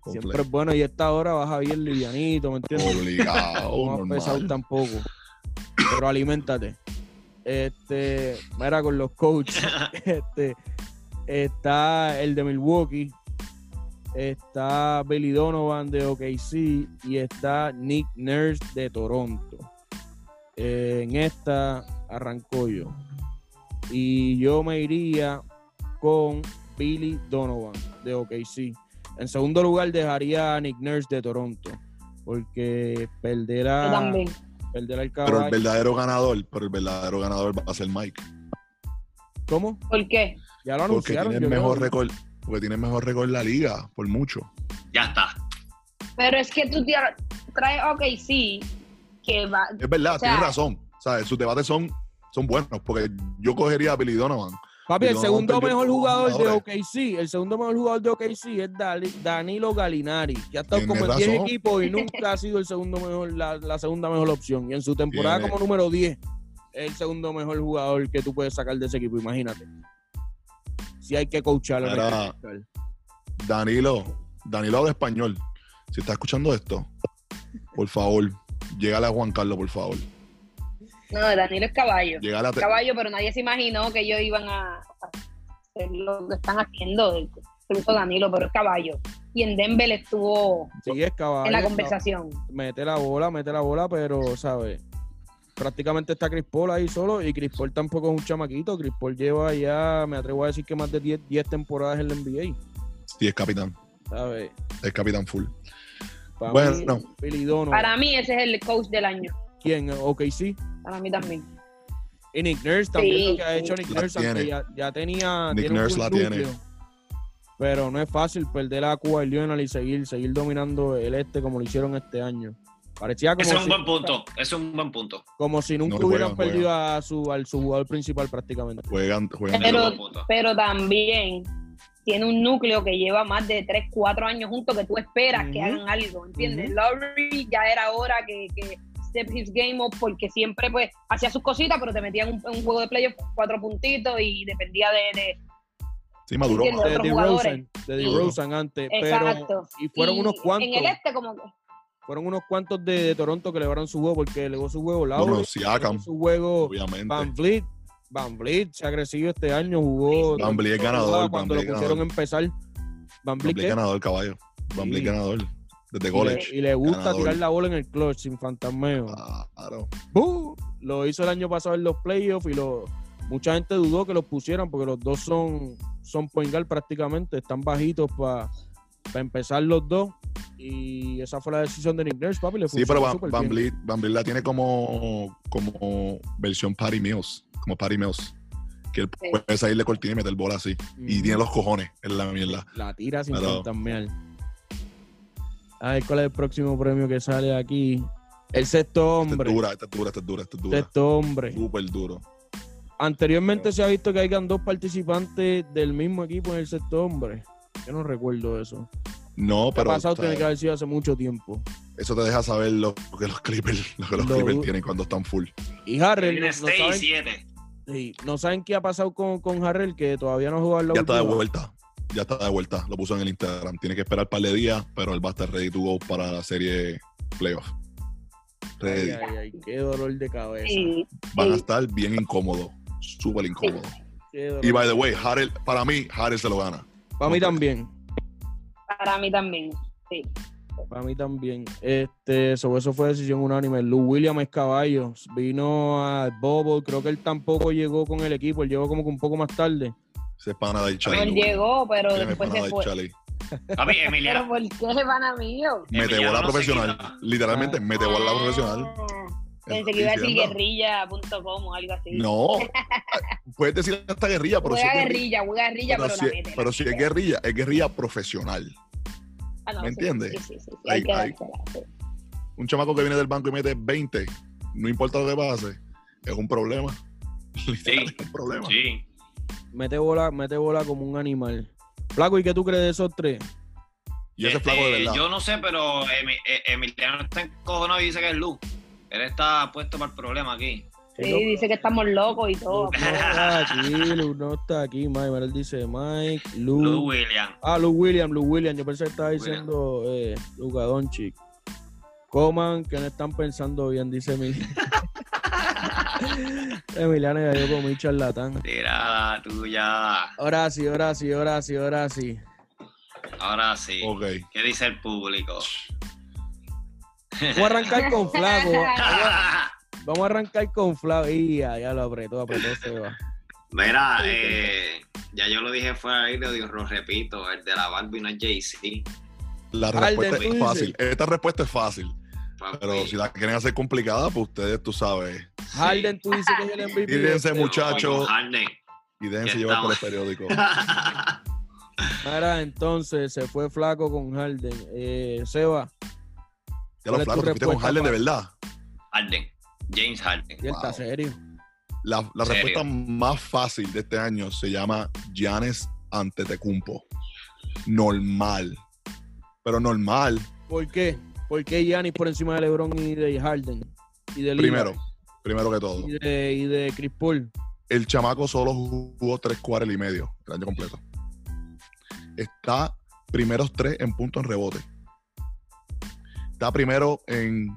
Speaker 3: Con
Speaker 1: Siempre
Speaker 3: flake.
Speaker 1: es bueno y a esta hora baja bien livianito, ¿me entiendes? no
Speaker 3: Obligado,
Speaker 1: has pesado
Speaker 3: normal.
Speaker 1: tampoco. Pero alimentate. Este, mira, con los coaches. Este, está el de Milwaukee. Está Billy Donovan de OKC. Y está Nick Nurse de Toronto. Eh, en esta arrancó yo. Y yo me iría con Billy Donovan de OKC. En segundo lugar dejaría a Nick Nurse de Toronto. Porque
Speaker 2: Yo
Speaker 1: perderá,
Speaker 2: también.
Speaker 1: perderá el
Speaker 3: Pero el
Speaker 1: caballo.
Speaker 3: verdadero ganador, pero el verdadero ganador va a ser Mike.
Speaker 1: ¿Cómo?
Speaker 2: ¿Por qué?
Speaker 1: Ya lo
Speaker 3: Porque
Speaker 1: anunciaron.
Speaker 3: tiene
Speaker 1: yo
Speaker 3: el
Speaker 1: creo
Speaker 3: mejor
Speaker 1: que-
Speaker 3: récord, porque tiene el mejor récord en la liga, por mucho.
Speaker 4: ya está.
Speaker 2: Pero es que tú tira- traes OKC que va.
Speaker 3: Es verdad,
Speaker 2: O sea-
Speaker 3: tienes razón. O sea, sus debates son, son buenos, porque yo cogería a Billy Donovan.
Speaker 1: Papi, el
Speaker 3: Donovan
Speaker 1: segundo
Speaker 3: perdió
Speaker 1: mejor
Speaker 3: todos los
Speaker 1: jugador de
Speaker 3: jugadores.
Speaker 1: OKC, el segundo mejor jugador de OKC es Dali- Danilo Galinari, que ha estado
Speaker 3: Tienes
Speaker 1: como en 10
Speaker 3: razón.
Speaker 1: equipos y nunca ha sido el segundo mejor, la, la segunda mejor opción. Y en su temporada
Speaker 3: Tienes-
Speaker 1: como número 10, es el segundo mejor jugador que tú puedes sacar de ese equipo, imagínate. Si hay que coacharlo. no hay
Speaker 3: Era-
Speaker 1: que coacharlo.
Speaker 3: Danilo, Danilo habla español. Si está escuchando esto, por favor, llegale a Juan Carlos, por favor.
Speaker 2: No, Danilo es caballo.
Speaker 3: Llegale a te-
Speaker 2: Caballo, pero nadie se imaginó que ellos iban a hacer lo que están haciendo. Incluso Danilo, pero es caballo. Y en Denver estuvo
Speaker 1: Sí, es caballo.
Speaker 2: en la
Speaker 1: no.
Speaker 2: conversación.
Speaker 1: Mete la bola, mete la bola, pero, ¿sabes? Prácticamente está Chris Paul ahí solo y Chris Paul tampoco es un chamaquito. Chris Paul lleva ya, me atrevo a decir que más de 10 10 temporadas en la NBA,
Speaker 3: Sí, es capitán,
Speaker 1: ¿sabes?
Speaker 3: es capitán full.
Speaker 1: Para
Speaker 3: Bueno,
Speaker 1: mí,
Speaker 3: no.
Speaker 1: Billy Donovan.
Speaker 2: Para mí, ese es el coach del año.
Speaker 1: ¿Quién? OKC.
Speaker 2: Para mí también.
Speaker 1: Y Nick Nurse también
Speaker 2: Sí.
Speaker 1: lo que ha hecho Nick
Speaker 3: La
Speaker 1: Nurse, aunque
Speaker 3: tiene.
Speaker 1: ya, ya tenía.
Speaker 3: Nick
Speaker 1: un
Speaker 3: Nurse
Speaker 1: buen
Speaker 3: la tiene.
Speaker 1: núcleo. Pero no es fácil perder a Cuba y Lionel y seguir, seguir dominando el este como lo hicieron este año. Parecía como,
Speaker 4: Ese es
Speaker 1: si,
Speaker 4: un buen punto. ese Es un buen punto.
Speaker 1: como si nunca
Speaker 3: No,
Speaker 1: hubieran
Speaker 3: juegan,
Speaker 1: perdido a su, al su jugador principal prácticamente.
Speaker 3: Juegan, juegan.
Speaker 4: Ese es un
Speaker 2: Pero-
Speaker 4: buen punto.
Speaker 2: pero también tiene un núcleo que lleva más de 3, 4 años juntos que tú esperas que
Speaker 1: Ujú.
Speaker 2: hagan algo, ¿entiendes?
Speaker 1: Ujú.
Speaker 2: Lowry ya era hora que, que step his game up porque siempre pues hacía sus cositas, pero te metían un, un juego de playoff cuatro puntitos y dependía de... de-
Speaker 3: Sí, maduró.
Speaker 2: Entiendo.
Speaker 1: De
Speaker 3: más.
Speaker 2: otros
Speaker 1: DeRozan,
Speaker 2: jugadores.
Speaker 1: de DeRozan antes, pero
Speaker 2: exacto.
Speaker 1: y fueron unos cuantos.
Speaker 2: En el este como que...
Speaker 1: fueron unos cuantos de, de Toronto que elevaron su juego porque elevó su juego
Speaker 3: No,
Speaker 1: Lowry,
Speaker 3: no, Siakam,
Speaker 1: su juego
Speaker 3: ah, obviamente.
Speaker 1: Van Vliet, Van Vliet se ha crecido este año, jugó.
Speaker 3: Van Vliet
Speaker 1: jugaba Cuando
Speaker 3: ganador, Van
Speaker 1: lo
Speaker 3: Vliet
Speaker 1: pusieron a
Speaker 3: ganador.
Speaker 1: empezar, Van
Speaker 3: Van
Speaker 1: Vliet,
Speaker 3: Vliet
Speaker 1: ¿qué?
Speaker 3: ganador, caballo. Van Vliet
Speaker 1: Sí.
Speaker 3: ganador. Desde
Speaker 1: y, le,
Speaker 3: college.
Speaker 1: y le gusta
Speaker 3: ganador. Ah.
Speaker 1: tirar la bola en el clutch sin fantasmeo.
Speaker 3: Claro.
Speaker 1: ¡Bú! Lo hizo el año pasado en los playoffs y lo, mucha gente dudó que los pusieran porque los dos son, son point guard prácticamente, están bajitos para empezar los dos. Y esa fue la decisión de Nick Nurse, papi. Le
Speaker 3: Sí, pero
Speaker 1: funcionó
Speaker 3: Van,
Speaker 1: súper
Speaker 3: Van
Speaker 1: bien.
Speaker 3: Vliet, Van Vliet la tiene como, como versión Patty Mills. Como Patty Mills. Que él
Speaker 2: Sí.
Speaker 3: puede salir de cortina y meter bola así. Y
Speaker 1: Ujú.
Speaker 3: tiene los cojones en la mierda.
Speaker 1: La tira sin
Speaker 3: Pero-
Speaker 1: fantasmear. A ver cuál es el próximo premio que sale aquí. El sexto
Speaker 3: Esta Este es
Speaker 1: hombre. Este
Speaker 3: dura, esta es dura, esta es dura, esta es dura.
Speaker 1: Sexto hombre.
Speaker 3: Súper duro.
Speaker 1: Anteriormente se ha visto que hayan dos participantes del mismo equipo en el sexto hombre. Yo no recuerdo eso.
Speaker 3: No,
Speaker 1: Ha
Speaker 3: pero
Speaker 1: pasado
Speaker 3: o sea,
Speaker 1: tiene que haber sido hace mucho tiempo.
Speaker 3: eso te deja saber lo que los Clippers, lo que los
Speaker 1: Lo
Speaker 3: Clippers
Speaker 1: du-
Speaker 3: tienen cuando están full.
Speaker 1: Y Harrell, no,
Speaker 4: Tiene
Speaker 1: no
Speaker 4: 6 y
Speaker 1: saben,
Speaker 4: 7.
Speaker 1: sí, no saben qué ha pasado con, con Harrell, que todavía no ha jugado en la
Speaker 3: Ya está de
Speaker 1: última.
Speaker 3: vuelta. Ya está de vuelta. Lo puso en el Instagram. Tiene que esperar un par de días, pero él va a estar ready to go para la serie playoff. Ready.
Speaker 1: Ay, ay, ay, qué dolor de cabeza.
Speaker 2: sí,
Speaker 3: Van a
Speaker 2: sí.
Speaker 3: estar bien incómodos. Súper incómodos.
Speaker 1: qué dolor.
Speaker 3: Y by the way, Harrell, para mí, Harrell se lo gana.
Speaker 1: Para mí también.
Speaker 2: para mí también. Sí.
Speaker 1: Para mí también. Este, sobre eso fue decisión unánime. Lou Williams es caballo. Vino a Bobo. Creo que él tampoco llegó con el equipo. Él llegó como que un poco más tarde.
Speaker 3: Ese es pana del
Speaker 2: No,
Speaker 3: Chale.
Speaker 2: él
Speaker 3: güey.
Speaker 2: llegó, pero
Speaker 3: Ese es
Speaker 2: después
Speaker 3: pana
Speaker 2: se
Speaker 3: del
Speaker 2: fue.
Speaker 3: Chale.
Speaker 4: Papi,
Speaker 2: Pero <laughs>
Speaker 4: Emiliano.
Speaker 2: ¿por qué van a mí?
Speaker 3: Me te
Speaker 4: Emiliano
Speaker 3: bola
Speaker 4: no se
Speaker 3: profesional.
Speaker 4: quita.
Speaker 3: Literalmente, me te bola profesional.
Speaker 2: Ah. Pensé que iba a decir
Speaker 3: Diciendo.
Speaker 2: guerrilla.com o algo así.
Speaker 3: No.
Speaker 2: <laughs>
Speaker 3: Puedes decir hasta guerrilla, pero
Speaker 2: Juega
Speaker 3: si es guerrilla.
Speaker 2: guerrilla, juega guerrilla,
Speaker 3: Pero
Speaker 2: pero,
Speaker 3: si
Speaker 2: la
Speaker 3: es-
Speaker 2: mete. la
Speaker 3: pero si es
Speaker 2: mete.
Speaker 3: guerrilla, es guerrilla profesional.
Speaker 2: Ah, no,
Speaker 3: ¿me
Speaker 2: sí,
Speaker 3: entiendes?
Speaker 2: Sí, sí, sí, sí,
Speaker 3: Hay-
Speaker 2: hay que
Speaker 3: hay-
Speaker 2: dársela, sí.
Speaker 3: Un chamaco que viene del banco y mete 20, no importa lo que pase, es un problema. <laughs> Literal, es un problema.
Speaker 4: Sí.
Speaker 1: Mete bola, mete bola como un animal. Flaco, ¿y qué tú crees de esos tres?
Speaker 3: Y ese
Speaker 4: Este,
Speaker 3: flaco de verdad.
Speaker 4: Yo no sé, pero Emi- eh, Emiliano está encojonado y dice que es Lu. Él está puesto para el problema aquí.
Speaker 2: Sí, dice que estamos locos y todo.
Speaker 1: Lou no está aquí, Lou no está aquí, Mike. Ahora él dice Mike, Lou.
Speaker 4: Lu William.
Speaker 1: Ah, Lou Williams, Lou Williams. Yo pensé que estaba
Speaker 4: Williams.
Speaker 1: diciendo eh, Luka Doncic. Coman, que no están pensando bien, dice Emiliano. <laughs> Emiliano ya yo comí charlatán.
Speaker 4: Tirada tuya.
Speaker 1: Ahora sí, ahora sí, ahora sí, ahora sí.
Speaker 4: Ahora sí.
Speaker 3: Ok.
Speaker 4: ¿Qué dice el <laughs> público?
Speaker 1: Vamos a arrancar con
Speaker 3: <laughs>
Speaker 1: Flaco. Vamos a arrancar con Flaco. Y ya, ya lo apretó, apretó Seba.
Speaker 4: Mira, eh, ya yo lo dije fuera ahí, lo, digo, lo repito, el de la Barbie no es Jay-Z.
Speaker 3: La
Speaker 1: Alden,
Speaker 3: respuesta
Speaker 1: tú
Speaker 3: es
Speaker 1: dices.
Speaker 3: fácil. Esta respuesta es fácil.
Speaker 4: papi.
Speaker 3: Pero si la quieren hacer complicada, pues ustedes, tú sabes.
Speaker 4: Sí.
Speaker 1: Harden, tú dices que es el MVP.
Speaker 3: Tírense,
Speaker 4: Pero
Speaker 3: muchachos,
Speaker 4: con Harden.
Speaker 3: y déjense
Speaker 4: Ya
Speaker 3: llevar por el
Speaker 4: estamos. <laughs>
Speaker 3: periódico.
Speaker 1: Mira, entonces se fue Flaco con Harden. Eh, Seba,
Speaker 3: Ya
Speaker 1: ¿Cuál
Speaker 3: los
Speaker 1: es tu
Speaker 3: flacos, te fuiste con
Speaker 1: respuesta,
Speaker 3: Harden de verdad.
Speaker 4: Harden. James Harden.
Speaker 1: y él está
Speaker 3: Wow.
Speaker 1: serio.
Speaker 3: La, la
Speaker 4: Serio.
Speaker 3: respuesta más fácil de este año se llama Giannis Antetokounmpo. Normal. Pero normal.
Speaker 1: ¿Por qué? ¿Por qué Giannis por encima de LeBron y de Harden? Y de Lillard?
Speaker 3: Primero, primero que todo.
Speaker 1: Y de, y de Chris Paul.
Speaker 3: El chamaco solo jugó tres cuartos y medio el año completo. Está primeros tres en punto en rebote. Está primero en,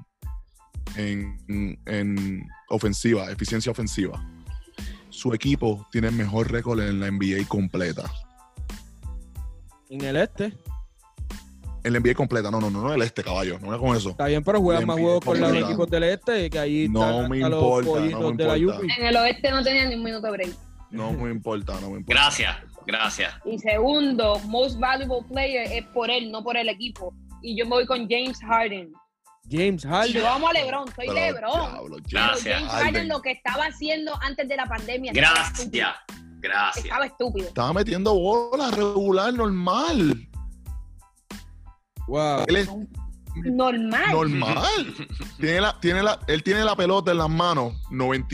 Speaker 3: en, en ofensiva, eficiencia ofensiva. Su equipo tiene el mejor récord en la NBA completa.
Speaker 1: En el este.
Speaker 3: En la NBA completa, no, no, no, no el este, caballo. No me con eso.
Speaker 1: Está bien, pero juegan
Speaker 3: Le
Speaker 1: más
Speaker 3: envié
Speaker 1: juegos con los
Speaker 3: completa.
Speaker 1: equipos del este que ahí
Speaker 3: No
Speaker 1: están
Speaker 3: me
Speaker 1: hasta los
Speaker 3: importa,
Speaker 1: pollitos
Speaker 3: no me
Speaker 1: de la
Speaker 3: importa.
Speaker 1: Yupi.
Speaker 2: <laughs> En el oeste no tenía ni un minuto break.
Speaker 3: No me importa, no me importa.
Speaker 4: Gracias, gracias.
Speaker 2: Y segundo, most valuable player es por él, no por el equipo. Y yo me voy con James Harden.
Speaker 1: James
Speaker 2: Yo
Speaker 1: Harden.
Speaker 2: amo a LeBron, soy
Speaker 3: Pero,
Speaker 2: LeBron.
Speaker 3: diablo,
Speaker 2: Pero
Speaker 3: Giannis.
Speaker 4: Gracias,
Speaker 2: James
Speaker 3: Harden.
Speaker 2: Harden lo que estaba haciendo antes de la pandemia. estaba estúpido.
Speaker 4: Gracias, gracias.
Speaker 2: Estaba estúpido.
Speaker 3: Estaba metiendo bola regular, normal.
Speaker 1: Wow.
Speaker 3: Él es
Speaker 2: Normal.
Speaker 3: normal. tiene la, tiene la, él tiene la pelota en las manos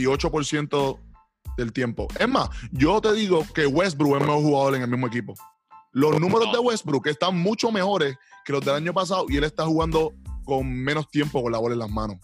Speaker 3: 98% del tiempo. Es más, yo te digo que Westbrook es mejor jugador en el mismo equipo. Los números de Westbrook están mucho mejores que los del año pasado y él está jugando con menos tiempo con la bola en las manos.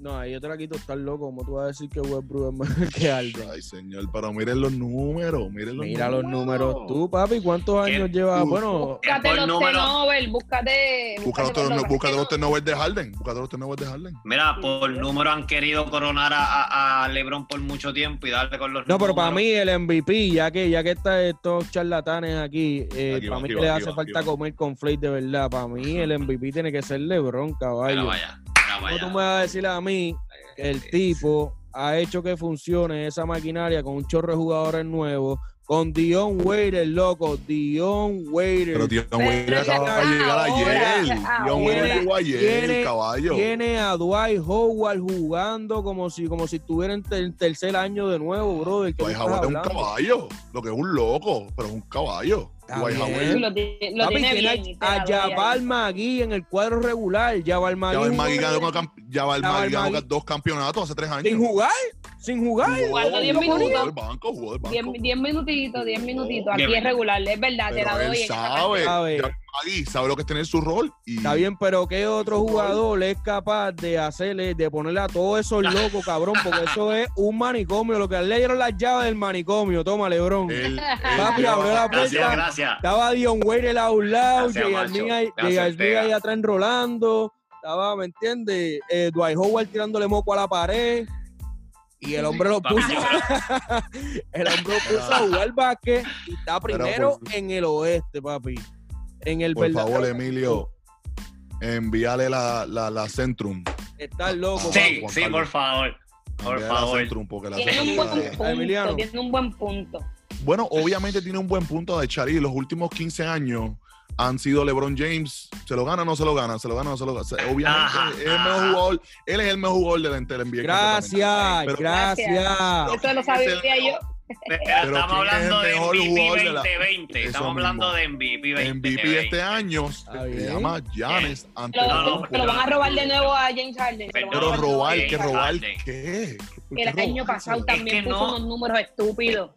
Speaker 1: No, ahí yo te la quito, estás loco. ¿Cómo tú vas a decir que Westbrook es mejor que Harden?
Speaker 3: Ay, señor, pero miren los números, miren los
Speaker 1: Mira los
Speaker 3: números.
Speaker 1: números tú, papi. ¿Cuántos
Speaker 4: ¿Qué?
Speaker 1: años llevas?
Speaker 3: Uf.
Speaker 1: Bueno,
Speaker 2: Búscate
Speaker 4: Es por
Speaker 2: los
Speaker 4: número.
Speaker 2: turnover, búscate.
Speaker 3: Búscate los turno-
Speaker 2: turnover.
Speaker 3: búscate los turnovers de Harden. Búscate los turnovers de Harden.
Speaker 4: Mira, por número han querido coronar a, a- a LeBron por mucho tiempo y darle con los
Speaker 1: No, pero
Speaker 4: números.
Speaker 1: para mí el MVP, ya que ya que están estos charlatanes aquí, eh,
Speaker 3: Aquí va,
Speaker 1: para mí
Speaker 3: aquí
Speaker 1: que
Speaker 3: va,
Speaker 1: le
Speaker 3: aquí
Speaker 1: hace
Speaker 3: va,
Speaker 1: falta
Speaker 3: aquí va.
Speaker 1: comer con flake de verdad. Para mí el MVP tiene que ser LeBron,
Speaker 4: Mira,
Speaker 1: caballo.
Speaker 4: vaya, mira,
Speaker 1: ¿Cómo tú me
Speaker 4: vaya. Eh,
Speaker 1: vas a decir a mí que el tipo ha hecho que funcione esa maquinaria con un chorro de jugadores nuevos, con Dion Waiter, loco, Dion Waiter.
Speaker 3: Pero Dion Waiter acaba de llegar
Speaker 2: Ahora,
Speaker 3: ayer. Dion
Speaker 1: ahora.
Speaker 3: Waiter llegó
Speaker 1: Tiene-
Speaker 3: ayer, caballo.
Speaker 1: Tiene a Dwight Howard jugando como si, como si estuviera en el tercer año de nuevo, brother. ¿qué me
Speaker 3: Dwight
Speaker 1: estás
Speaker 3: Howard es un
Speaker 1: hablando?
Speaker 3: caballo, lo que es un loco, pero es un caballo.
Speaker 1: Está
Speaker 3: Dwight
Speaker 1: bien.
Speaker 3: Howard.
Speaker 2: Sí, Lo, ti- lo
Speaker 1: Papi,
Speaker 2: tiene
Speaker 1: tiene
Speaker 2: bien. y te
Speaker 1: a
Speaker 2: la doy ahí.
Speaker 1: Jabal Magui en el cuadro regular. Jabal Magui.
Speaker 3: Ya va el
Speaker 1: jugó
Speaker 3: Magui ganó con camp- ya va el
Speaker 1: Ya va el
Speaker 3: Magui ganó
Speaker 1: Magui.
Speaker 3: dos campeonatos hace tres años.
Speaker 1: Sin jugar. Sin jugar.
Speaker 2: Jugando diez
Speaker 3: jugó
Speaker 2: minutos.
Speaker 3: del banco, jugó del banco.
Speaker 2: Diez, diez minutitos, diez minutitos. Aquí
Speaker 4: Bien.
Speaker 2: es regular, es verdad, te la
Speaker 3: Pero
Speaker 2: doy.
Speaker 3: él
Speaker 2: en esa
Speaker 3: sabe,
Speaker 1: A
Speaker 3: ya
Speaker 1: ver.
Speaker 3: el Magui sabe lo que es tener su rol. Y
Speaker 1: Está bien, pero ¿qué otro jugador es capaz de hacerle, de ponerle a todos esos locos, cabrón? Porque eso es un manicomio. Lo que le dieron las llaves del manicomio. Toma, Lebrón.
Speaker 3: él- él
Speaker 1: Papi,
Speaker 3: lleva-
Speaker 1: abrió la
Speaker 4: Gracias,
Speaker 1: puerta.
Speaker 4: gracias.
Speaker 1: Estaba Dion Waiter a un lado,
Speaker 4: Gracias, macho.
Speaker 1: J.R. ahí
Speaker 4: Gracias,
Speaker 1: J.R.
Speaker 4: Ortega.
Speaker 1: Eh, puso,
Speaker 4: Papi, yo-
Speaker 1: el hombre lo puso <laughs> a jugar básquet y está
Speaker 3: Pero,
Speaker 1: primero
Speaker 3: por-
Speaker 1: en el oeste, papi. En el
Speaker 3: Por em-
Speaker 1: verdadero-
Speaker 3: favor, Emilio, envíale la, la, la Centrum.
Speaker 1: Estás loco.
Speaker 4: Sí,
Speaker 3: Juan
Speaker 4: sí,
Speaker 3: Carlos.
Speaker 4: por favor. Por
Speaker 3: Envíale la
Speaker 4: favor.
Speaker 3: Centrum, porque la
Speaker 2: Tiene un
Speaker 3: Centrum
Speaker 2: buen
Speaker 3: está bien.
Speaker 2: punto,
Speaker 1: Emiliano.
Speaker 2: tiene un buen punto.
Speaker 3: Bueno, obviamente tiene un buen punto de Chari. Los últimos 15 años han sido LeBron James. ¿Se lo gana o no se lo gana? ¿Se lo gana o no se lo gana? Se- Obviamente
Speaker 4: Ajá,
Speaker 3: es el mejor
Speaker 4: ajá.
Speaker 3: jugador. Él es el mejor jugador de la entera NBA.
Speaker 1: Gracias,
Speaker 3: Pero-
Speaker 1: gracias.
Speaker 2: Eso lo
Speaker 3: este
Speaker 2: sabía yo.
Speaker 4: Pero
Speaker 3: ¿quién
Speaker 4: estamos
Speaker 3: es el
Speaker 4: hablando de
Speaker 3: mejor
Speaker 4: MVP
Speaker 3: jugador de la-
Speaker 4: 2020.
Speaker 3: Eso
Speaker 4: Estamos
Speaker 3: mismo.
Speaker 4: hablando de MVP 2020.
Speaker 3: MVP este año se
Speaker 1: bien.
Speaker 3: llama Giannis
Speaker 2: Lo,
Speaker 4: no,
Speaker 3: Antetokounmpo.
Speaker 2: se lo van a robar de nuevo a James Harden. se lo van a
Speaker 3: Pero
Speaker 2: de nuevo a
Speaker 3: robar,
Speaker 2: James
Speaker 3: que
Speaker 2: Harden.
Speaker 3: robar,
Speaker 4: Harden.
Speaker 3: ¿qué? ¿Por qué
Speaker 2: El año
Speaker 3: robar?
Speaker 2: pasado también
Speaker 4: que
Speaker 2: puso
Speaker 4: no.
Speaker 2: unos números estúpidos.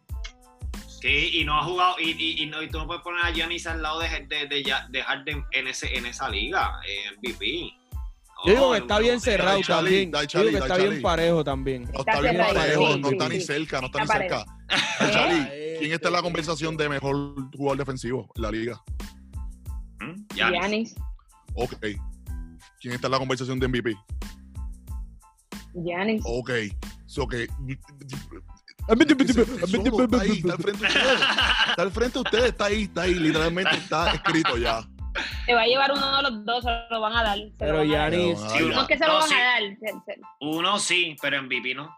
Speaker 4: Sí, y no ha jugado, y, y, y no, y tú no puedes poner a Giannis al lado de, de, de, de Harden en, ese, en esa liga, eh, en MVP.
Speaker 1: Yo digo
Speaker 4: No,
Speaker 1: que está bien
Speaker 4: no,
Speaker 1: cerrado
Speaker 4: no,
Speaker 3: Charlie,
Speaker 1: también.
Speaker 3: dai,
Speaker 1: Yo digo que
Speaker 3: Charlie,
Speaker 1: está
Speaker 3: dai,
Speaker 1: bien
Speaker 3: Charlie.
Speaker 1: parejo también.
Speaker 3: No está bien
Speaker 1: cerrado,
Speaker 3: parejo,
Speaker 1: sí,
Speaker 3: no está
Speaker 1: sí,
Speaker 3: ni
Speaker 2: sí.
Speaker 3: cerca, no está
Speaker 2: Está
Speaker 3: ni cerca.
Speaker 1: parejo.
Speaker 3: Charlie, ¿quién está en la conversación de mejor jugador defensivo en la liga?
Speaker 4: ¿Mm? Giannis.
Speaker 2: Giannis.
Speaker 3: Ok. ¿Quién está en la conversación de MVP?
Speaker 2: Giannis.
Speaker 3: Ok. So que. Solo Está ahí, está al frente de ustedes. Está al frente de ustedes, está ahí, está ahí. Literalmente está escrito ya.
Speaker 2: Se va a llevar uno de los dos, se lo van a dar. se lo
Speaker 1: Pero
Speaker 2: van a dar.
Speaker 1: Yanis,
Speaker 3: Pero,
Speaker 4: <laughs> Sí,
Speaker 3: ah,
Speaker 4: uno
Speaker 2: No es que se
Speaker 4: No,
Speaker 2: lo van
Speaker 4: sí.
Speaker 2: a dar. se- se-
Speaker 4: Uno sí, pero MVP no.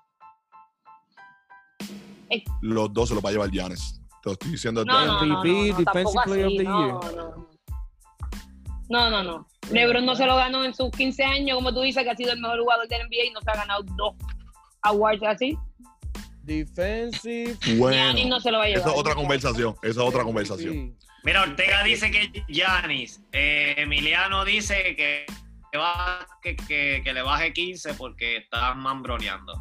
Speaker 3: Los dos se los va a llevar Giannis. Te lo estoy diciendo.
Speaker 2: No, no, no, no,
Speaker 1: MVP,
Speaker 2: no, no,
Speaker 1: Defensive
Speaker 2: tampoco
Speaker 1: Player of
Speaker 2: así,
Speaker 1: the
Speaker 2: no,
Speaker 1: Year.
Speaker 2: no. No, no, no. LeBron no se lo ganó en sus 15 años, como tú dices, que ha sido el mejor jugador del NBA y no se ha ganado dos awards así.
Speaker 1: Defensive.
Speaker 2: Giannis
Speaker 3: Bueno.
Speaker 2: no se lo va a
Speaker 3: Esa
Speaker 2: llevar.
Speaker 3: es otra conversación. Esa es otra conversación.
Speaker 1: Sí.
Speaker 4: Mira, Ortega dice que Giannis. eh, Emiliano dice que, que va- que- que- que le baje 15 porque está mambroneando.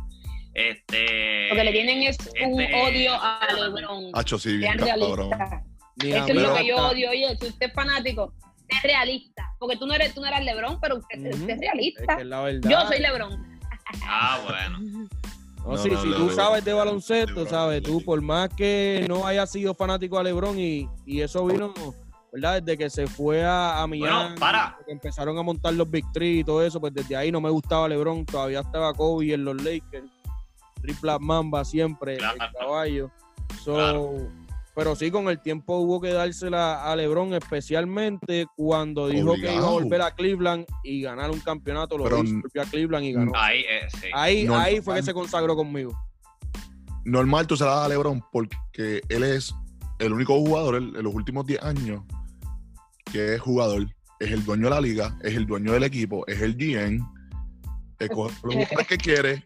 Speaker 4: Este,
Speaker 2: Lo que le tienen es un
Speaker 4: Este-
Speaker 2: odio a LeBron.
Speaker 3: Hacho, sí, bien
Speaker 2: Sean
Speaker 3: cabrón.
Speaker 2: realistas.
Speaker 1: Ni
Speaker 2: Eso
Speaker 1: a
Speaker 2: es lo
Speaker 1: mí
Speaker 2: que yo
Speaker 1: hasta-
Speaker 2: odio. Oye, si usted es fanático, usted es realista. Porque tú no eres, tú no eras LeBron, pero usted,
Speaker 1: Ujú.
Speaker 2: usted es
Speaker 1: Es
Speaker 2: realista.
Speaker 1: que es la verdad.
Speaker 2: Yo soy LeBron.
Speaker 4: Ah, bueno.
Speaker 1: No,
Speaker 3: No,
Speaker 1: sí,
Speaker 3: no,
Speaker 1: si
Speaker 3: no,
Speaker 1: tú
Speaker 3: no,
Speaker 1: sabes
Speaker 3: no,
Speaker 1: de
Speaker 3: no,
Speaker 1: baloncesto,
Speaker 3: LeBron,
Speaker 1: sabes, tú
Speaker 3: LeBron.
Speaker 1: por más que no hayas sido fanático a LeBron y, y eso vino, ¿verdad? Desde que se fue a, a Miami,
Speaker 4: Bueno, para.
Speaker 1: que empezaron a montar los Big Three y todo eso, pues desde ahí no me gustaba LeBron, todavía estaba Kobe en los Lakers, Triple Mamba siempre, el
Speaker 4: Claro.
Speaker 1: caballo. So,
Speaker 4: Claro.
Speaker 1: Pero sí, con el tiempo hubo que dársela a LeBron, especialmente cuando dijo que iba a
Speaker 3: Obligado.
Speaker 1: volver a Cleveland y ganar un campeonato, lo
Speaker 3: Pero-
Speaker 1: hizo, volvió a Cleveland y ganó.
Speaker 4: Ahí, eh, sí.
Speaker 1: Ahí,
Speaker 3: No,
Speaker 1: ahí
Speaker 3: no,
Speaker 1: fue que
Speaker 3: no.
Speaker 1: se consagró conmigo.
Speaker 3: normal tú se la das a LeBron porque él es el único jugador en en los últimos 10 años que es jugador, es el dueño de la liga, es el dueño del equipo, es el GM, escoge los jugadores que quiere,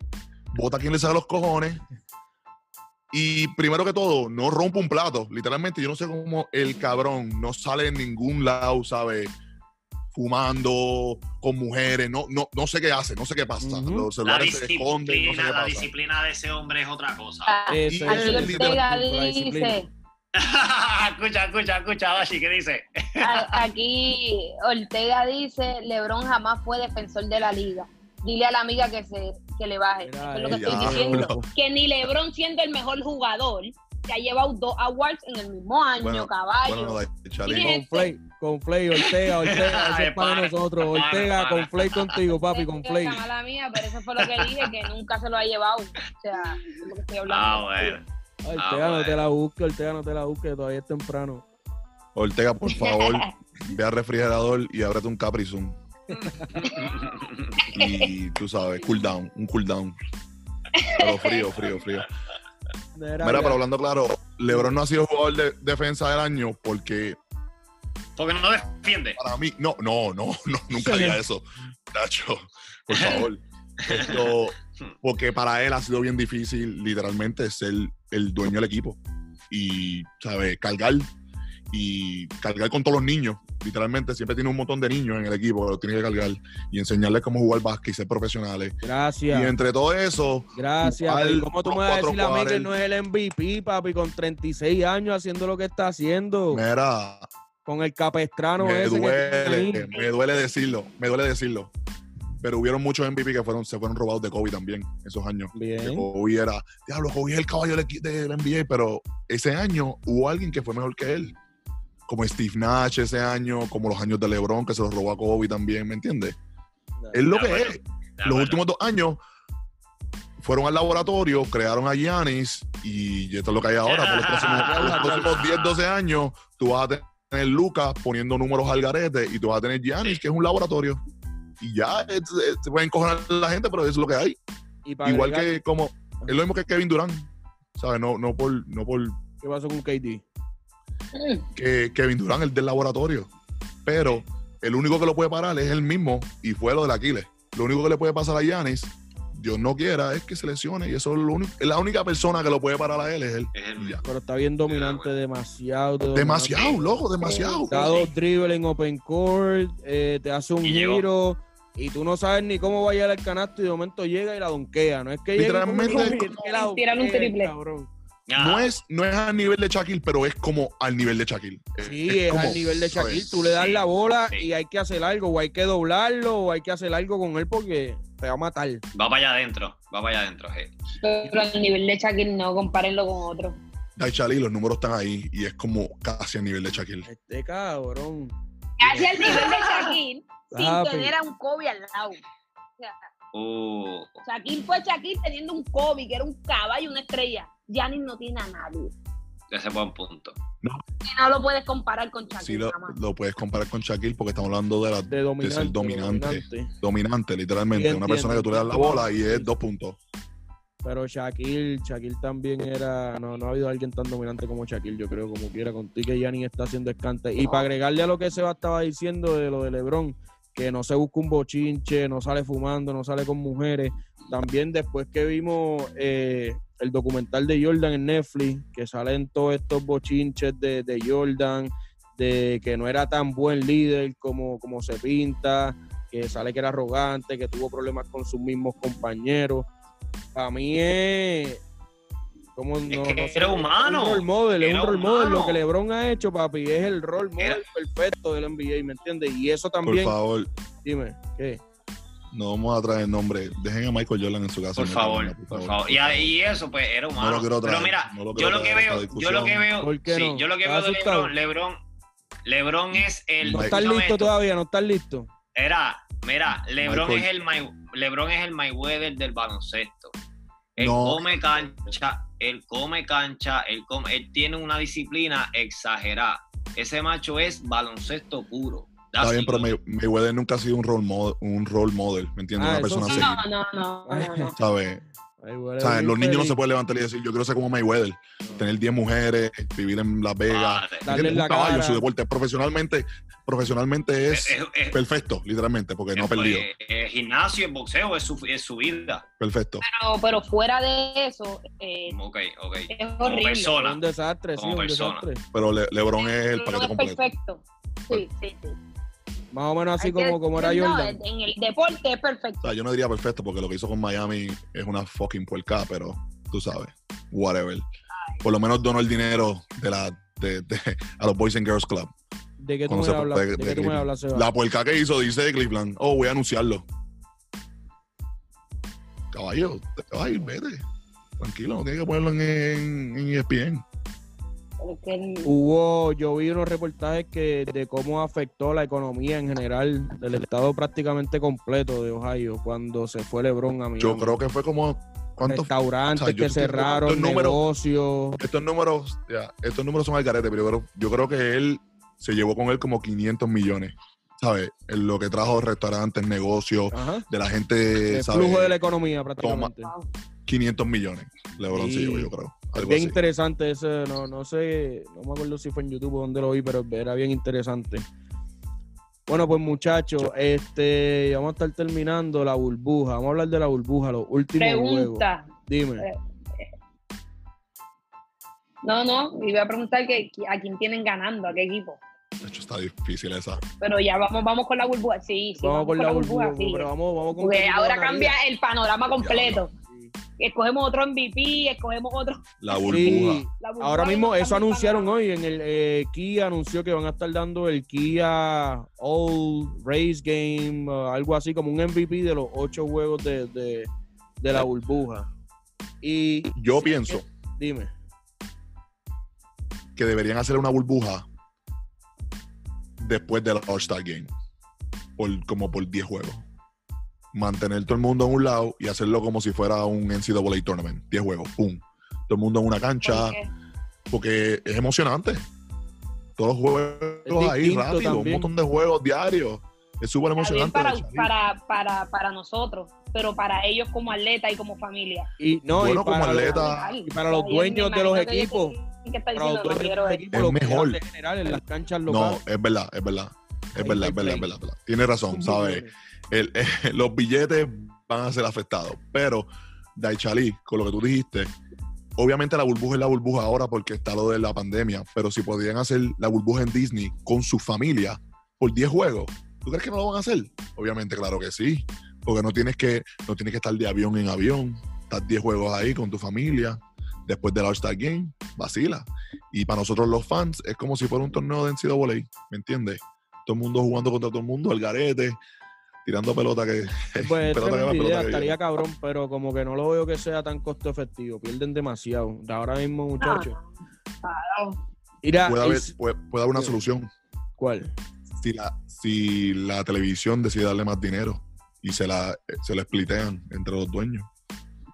Speaker 3: vota a quien le saca los cojones y primero que todo, no rompe un plato. Literalmente, yo no sé cómo el cabrón no sale en ningún lado, ¿sabes? Fumando con mujeres, no, no, no sé qué hace, no sé qué pasa.
Speaker 1: Ujú.
Speaker 3: Los
Speaker 4: La
Speaker 3: celulares se esconden, no sé
Speaker 4: disciplina,
Speaker 3: qué
Speaker 4: la
Speaker 3: pasa.
Speaker 4: disciplina de ese hombre es otra cosa.
Speaker 1: Eso es,
Speaker 2: Ah,
Speaker 3: Aquí
Speaker 2: Aquí
Speaker 3: el
Speaker 2: Ortega
Speaker 1: literatura, la disciplina.
Speaker 2: dice,
Speaker 4: <laughs> escucha, escucha, escucha, Bashi, ¿qué dice?
Speaker 2: a- aquí Ortega dice, LeBron jamás fue defensor de la liga. Dile a la amiga que se que le baje.
Speaker 1: Mira,
Speaker 2: Eso es lo que
Speaker 1: eh,
Speaker 2: estoy
Speaker 3: ya,
Speaker 2: diciendo.
Speaker 3: bro.
Speaker 2: Que ni LeBron siendo el mejor jugador, se ha llevado dos awards en el mismo año,
Speaker 3: Bueno,
Speaker 2: caballo.
Speaker 3: Bueno, no, dai, Charlie.
Speaker 2: Bien.
Speaker 1: Con Flay, con Flay, Ortega, Ortega, eso es
Speaker 4: Ay,
Speaker 1: para
Speaker 4: pana,
Speaker 1: nosotros.
Speaker 4: pana,
Speaker 1: Ortega,
Speaker 4: pana.
Speaker 1: con Flay contigo, papi, con
Speaker 2: Esa
Speaker 1: Flay.
Speaker 2: es la mala mía, pero eso fue lo que dije, que nunca se lo ha llevado. O sea, es lo que estoy
Speaker 4: Ah,
Speaker 2: hablando.
Speaker 4: bueno. <laughs>
Speaker 1: Ay,
Speaker 4: Ah,
Speaker 1: Ortega, no
Speaker 4: bueno.
Speaker 1: te la busques, Ortega, no te la busques, todavía es temprano.
Speaker 3: Ortega, por favor, ve al refrigerador y ábrete un Capri Sun. Y tú sabes, cool down, un cool down. Pero frío, frío, frío.
Speaker 1: Mira,
Speaker 3: Mira,
Speaker 1: ya.
Speaker 3: pero hablando claro, LeBron no ha sido jugador de defensa del año porque
Speaker 4: Porque no defiende.
Speaker 3: para mí, no, no, no, <laughs> no nunca diga eso, Nacho, por favor. Esto, porque para él ha sido bien difícil, literalmente, ser el dueño del equipo y, ¿sabes?, cargar y cargar con todos los niños. Literalmente, siempre tiene un montón de niños en el equipo que los tiene que cargar y enseñarles cómo jugar básquet y ser profesionales. Y
Speaker 1: Gracias,
Speaker 3: entre todo eso,
Speaker 1: gracias.
Speaker 3: al-
Speaker 1: papi. ¿Cómo tú me vas a
Speaker 3: cuatro
Speaker 1: decir a mí que
Speaker 3: cuadras.
Speaker 1: no es el MVP, papi, con 36 años haciendo lo que está haciendo?
Speaker 3: mira,
Speaker 1: Con el capestrano
Speaker 3: me
Speaker 1: Ah, ese que tiene
Speaker 3: duele,
Speaker 1: ahí.
Speaker 3: me duele decirlo, me duele decirlo. Pero hubieron muchos MVP que fueron, se fueron robados de Kobe también esos años. que
Speaker 1: Bien.
Speaker 3: Kobe era, diablo, Kobe es el caballo del equi- del NBA, pero ese año hubo alguien que fue mejor que él. Como Steve Nash ese año, como los años de LeBron, que se los robó a Kobe también, ¿me entiendes? Es lo
Speaker 4: De
Speaker 3: que
Speaker 4: acuerdo,
Speaker 3: es.
Speaker 4: de
Speaker 3: Los
Speaker 4: acuerdo.
Speaker 3: últimos dos años fueron al laboratorio, crearon a Giannis y esto es lo que hay ahora. Por los próximos, por los próximos 10, 12 años, tú vas a tener Lucas poniendo números al garete y tú vas a tener Giannis,
Speaker 4: Sí.
Speaker 3: que es un laboratorio. Y ya es- es- se pueden cojonar la gente, pero eso es lo que hay.
Speaker 1: Y para
Speaker 3: Igual
Speaker 1: agregar,
Speaker 3: que como. Es lo mismo que Kevin Durant. ¿Sabes? No, no por. No por
Speaker 1: ¿Qué pasó con KD?
Speaker 2: Mm,
Speaker 3: que Kevin Durant, el del laboratorio. Pero el único que lo puede parar es él mismo y fue lo del Aquiles. Lo único que le puede pasar a Giannis, Dios no quiera, es que se lesione y eso es lo único. La única persona que lo puede parar a él es él.
Speaker 4: Es
Speaker 3: Y
Speaker 4: el-
Speaker 3: ya.
Speaker 1: Pero está bien dominante, demasiado.
Speaker 3: Demasiado, loco, demasiado.
Speaker 1: Te da dos dribbles en open court, eh, te hace un
Speaker 4: Y llegó.
Speaker 1: giro y tú no sabes ni cómo va a llegar al canasto y de momento llega y la donquea. No es que llegue y
Speaker 3: Literalmente
Speaker 1: como-
Speaker 3: es
Speaker 1: es
Speaker 3: como-
Speaker 1: que la
Speaker 2: Tirar un
Speaker 1: donkea,
Speaker 2: triple.
Speaker 1: cabrón.
Speaker 4: Ya.
Speaker 3: No es, no es al nivel de Shaquille, pero es como al nivel de Shaquille.
Speaker 1: Sí, es,
Speaker 3: como,
Speaker 1: al nivel de Shaquille.
Speaker 3: ¿sabes?
Speaker 1: Tú le das
Speaker 4: Sí,
Speaker 1: la bola
Speaker 4: sí.
Speaker 1: y hay que hacer algo, o hay que doblarlo, o hay que hacer algo con él porque te va a matar.
Speaker 4: Va para allá adentro, va para allá adentro. je.
Speaker 2: Pero al nivel de Shaquille no, compárenlo con otro.
Speaker 3: Dai Charlie, los números están ahí y es como casi al nivel de Shaquille.
Speaker 1: Este cabrón.
Speaker 2: Casi al nivel de Shaquille, sin
Speaker 1: Papi.
Speaker 2: tener a un Kobe al lado. O sea,
Speaker 4: Uh,
Speaker 2: Shaquille fue Shaquille teniendo un Kobe, que era un caballo, una estrella. Giannis no tiene a nadie.
Speaker 4: ese buen punto.
Speaker 2: Y no lo puedes comparar con Shaquille.
Speaker 3: Sí, lo,
Speaker 2: jamás.
Speaker 3: lo puedes comparar con Shaquille porque estamos hablando de la
Speaker 1: De dominante.
Speaker 3: ser dominante.
Speaker 1: dominante.
Speaker 3: dominante, literalmente.
Speaker 1: Sí,
Speaker 3: Una
Speaker 1: entiendo.
Speaker 3: persona que tú le das la bola y es dos puntos.
Speaker 1: Pero Shaquille, Shaquille también era. No, no ha habido alguien tan dominante como Shaquille, yo creo, como quiera, con ti que Gianni está haciendo escante. Y para agregarle a lo que Seba estaba diciendo de lo de Lebron, que no se busca un bochinche, no sale fumando, no sale con mujeres. También después que vimos eh, el documental de Jordan en Netflix, que salen todos estos bochinches de, de Jordan, de que no era tan buen líder como, como se pinta, que sale que era arrogante, que tuvo problemas con sus mismos compañeros. Para mí es. Como no,
Speaker 4: que
Speaker 1: no
Speaker 4: era humano,
Speaker 1: Es un role model, es un
Speaker 4: era
Speaker 1: role model.
Speaker 4: humano.
Speaker 1: Lo que LeBron ha hecho, papi, es el role model
Speaker 4: Era-
Speaker 1: perfecto del NBA, ¿me entiendes? Y eso
Speaker 3: Por
Speaker 1: también.
Speaker 3: favor,
Speaker 1: Dime, ¿qué?
Speaker 3: no vamos a traer nombre. Dejen a Michael Jordan en su casa.
Speaker 4: Por
Speaker 3: no
Speaker 4: favor,
Speaker 3: cabrón,
Speaker 4: por favor. Y, y eso, pues, era humano.
Speaker 3: No lo quiero traer,
Speaker 4: Pero mira,
Speaker 3: no lo
Speaker 4: yo
Speaker 3: quiero
Speaker 4: lo que
Speaker 3: traer a
Speaker 4: veo,
Speaker 3: esta
Speaker 4: yo lo que
Speaker 3: discusión.
Speaker 4: veo,
Speaker 1: ¿Por qué
Speaker 4: sí,
Speaker 1: no?
Speaker 4: yo lo que veo
Speaker 1: ¿Estás
Speaker 4: de
Speaker 1: asustado?
Speaker 4: LeBron, LeBron, LeBron es el.
Speaker 1: No estás
Speaker 3: Mike-
Speaker 4: escúchame
Speaker 1: listo
Speaker 4: esto.
Speaker 1: todavía, no estás listo.
Speaker 4: Era, mira, LeBron
Speaker 3: Michael.
Speaker 4: es el My- LeBron es el Mayweather del baloncesto. Él
Speaker 3: No.
Speaker 4: come cancha, él come cancha, él come- él tiene una disciplina exagerada. Ese macho es baloncesto puro.
Speaker 3: Está bien,
Speaker 4: That's
Speaker 3: pero
Speaker 4: it.
Speaker 3: May- Mayweather nunca ha sido un role model, un role model ¿me entiendes?
Speaker 1: Ah,
Speaker 3: Una
Speaker 1: eso
Speaker 3: persona
Speaker 1: sí.
Speaker 3: así.
Speaker 2: No, no, no,
Speaker 1: <laughs>
Speaker 2: no, no.
Speaker 3: ¿Sabes?
Speaker 1: Ay, güey,
Speaker 3: O sea,
Speaker 1: bien
Speaker 3: los niños no se
Speaker 1: feliz.
Speaker 3: pueden levantar y decir, yo quiero ser como Mayweather. Tener 10 mujeres, vivir en Las Vegas.
Speaker 4: Ah, es-
Speaker 1: Darle
Speaker 3: ¿Entiendes?
Speaker 1: en la
Speaker 3: un caballo,
Speaker 1: cara.
Speaker 3: su deporte. Profesionalmente, profesionalmente es
Speaker 4: es- es-
Speaker 3: perfecto, literalmente, porque no ha
Speaker 4: pues,
Speaker 3: perdido.
Speaker 4: eh, gimnasio, el boxeo es su, es su vida.
Speaker 3: Perfecto.
Speaker 2: Pero, pero fuera de eso, eh,
Speaker 4: Ok, ok.
Speaker 2: es
Speaker 4: Como
Speaker 2: horrible.
Speaker 1: Un
Speaker 4: persona.
Speaker 1: desastre, sí,
Speaker 4: Como
Speaker 1: un
Speaker 4: persona.
Speaker 1: desastre.
Speaker 3: Pero Le- LeBron es el
Speaker 2: No
Speaker 3: paquete
Speaker 2: es
Speaker 3: completo. Pues,
Speaker 2: perfecto. Sí, sí, sí.
Speaker 1: Más o menos así
Speaker 2: Hay que
Speaker 1: como, como era
Speaker 2: decir, no,
Speaker 1: Jordan.
Speaker 2: en el deporte es perfecto.
Speaker 3: O sea, yo no diría perfecto porque lo que hizo con Miami es una fucking puerca, pero tú sabes, whatever. Por lo menos donó el dinero de la, de, de- a los Boys and Girls Club.
Speaker 1: ¿De qué tú
Speaker 3: cuando
Speaker 1: me
Speaker 3: se-
Speaker 1: hablas?
Speaker 3: de-
Speaker 1: ¿De
Speaker 3: de
Speaker 1: qué tú me
Speaker 3: Cleveland.
Speaker 1: hablas, Seba?
Speaker 3: La puerca que hizo, dice Cleveland, oh, voy a anunciarlo. Caballo, te vas a ir, vete. Tranquilo, no tienes que ponerlo en, en, E en ESPN.
Speaker 2: Pero es que el-
Speaker 1: Hubo, yo vi unos reportajes que de cómo afectó la economía en general del estado prácticamente completo de Ohio cuando se fue LeBron a Miami.
Speaker 3: Yo creo que fue como, ¿cuántos?
Speaker 1: Restaurantes
Speaker 3: o sea, yo
Speaker 1: que
Speaker 3: estoy-
Speaker 1: cerraron,
Speaker 3: ¿cuántos números?
Speaker 1: negocios.
Speaker 3: Estos números, ya, estos números son al garete, pero yo creo, yo creo que él se llevó con él como 500 millones, ¿sabes? En lo que trajo restaurantes, negocios,
Speaker 1: Ajá.
Speaker 3: de la gente,
Speaker 1: El
Speaker 3: ¿sabes?
Speaker 1: flujo de la economía prácticamente.
Speaker 2: wow.
Speaker 3: 500 millones. LeBron
Speaker 1: Sí.
Speaker 3: se llevó, yo creo. Algo
Speaker 1: Bien
Speaker 3: así.
Speaker 1: interesante ese, no, no sé, no me acuerdo si fue en YouTube o donde lo vi, pero era bien interesante. Bueno, pues muchachos, este, vamos a estar terminando la burbuja. Vamos a hablar de la burbuja, los últimos juegos.
Speaker 2: Pregunta.
Speaker 1: Dime.
Speaker 2: No, no, iba a preguntar que, que- a quién tienen ganando, a qué equipo.
Speaker 3: De hecho, está difícil esa.
Speaker 2: Pero ya vamos, vamos con la burbuja. Sí, sí,
Speaker 1: vamos con la burbuja,
Speaker 2: sí.
Speaker 1: pero vamos, vamos con
Speaker 2: Porque
Speaker 1: Kevin
Speaker 2: ahora
Speaker 1: Durant
Speaker 2: cambia
Speaker 1: arriba.
Speaker 2: el panorama completo.
Speaker 1: Sí.
Speaker 2: Escogemos otro MVP, escogemos otro.
Speaker 3: La
Speaker 1: Sí.
Speaker 3: burbuja.
Speaker 2: la burbuja
Speaker 1: Ahora
Speaker 2: y
Speaker 1: mismo,
Speaker 2: nos
Speaker 1: eso
Speaker 2: cambia el
Speaker 1: anunciaron
Speaker 2: panorama.
Speaker 1: hoy en el eh, Kia, anunció que van a estar dando el Kia All Race Game, uh, algo así como un MVP de los ocho juegos de, de- de la burbuja. Y
Speaker 3: Yo pienso
Speaker 1: dime,
Speaker 3: que deberían hacer una burbuja después del All-Star Game. Por, como por 10 juegos. Mantener todo el mundo en un lado y hacerlo como si fuera un NCAA tournament. 10 juegos, pum. Todo el mundo en una cancha,
Speaker 2: Porque-
Speaker 3: porque es emocionante. Todos los juegos juegos ahí
Speaker 1: distinto
Speaker 3: rápido, un
Speaker 1: también.
Speaker 3: montón de juegos diarios. Es
Speaker 2: Está
Speaker 3: súper
Speaker 2: bien
Speaker 3: emocionante.
Speaker 2: para,
Speaker 3: Charly.
Speaker 2: para, para, para nosotros, pero para ellos como atleta y como familia.
Speaker 1: Y no,
Speaker 3: Bueno,
Speaker 1: y
Speaker 3: como
Speaker 1: para,
Speaker 3: atleta,
Speaker 1: y para los dueños de los equipos. Para los dueños de los equipos,
Speaker 3: Es
Speaker 1: los que
Speaker 3: mejor.
Speaker 1: hacen en general en las canchas
Speaker 3: No,
Speaker 1: locales.
Speaker 3: es verdad, es verdad. Es
Speaker 1: Ahí
Speaker 3: verdad,
Speaker 1: hay
Speaker 3: es verdad,
Speaker 1: play.
Speaker 3: es verdad, es verdad. Tienes razón, ¿sabes? El- eh, <laughs> los billetes van a ser afectados. Pero, Daichali, con lo que tú dijiste, obviamente la burbuja es la burbuja ahora porque está lo de la pandemia. Pero si podrían hacer la burbuja en Disney con su familia por 10 juegos, ¿tú crees que no lo van a hacer? Obviamente, claro que sí. Porque no tienes que, no tienes que estar de avión en avión. Estás 10 juegos ahí con tu familia. Después del All-Star Game, vacila. Y para nosotros los fans es como si fuera un torneo de NCAA, ¿me entiendes? Todo el mundo jugando contra todo el mundo, el garete, tirando pelota que <laughs>
Speaker 1: Pues
Speaker 3: Pelota que va,
Speaker 1: tremenda
Speaker 3: pelota
Speaker 1: idea,
Speaker 3: que
Speaker 1: estaría cabrón, pero como que no lo veo que sea tan costo efectivo. Pierden demasiado. De ahora
Speaker 2: Ah.
Speaker 1: mismo, muchachos. Mira,
Speaker 3: puede haber,
Speaker 1: Ah, es-
Speaker 3: puede, puede haber una
Speaker 1: Sí.
Speaker 3: solución
Speaker 1: ¿cuál?
Speaker 3: si la, si la televisión decide darle más dinero y se la, eh, se la splitean entre los dueños.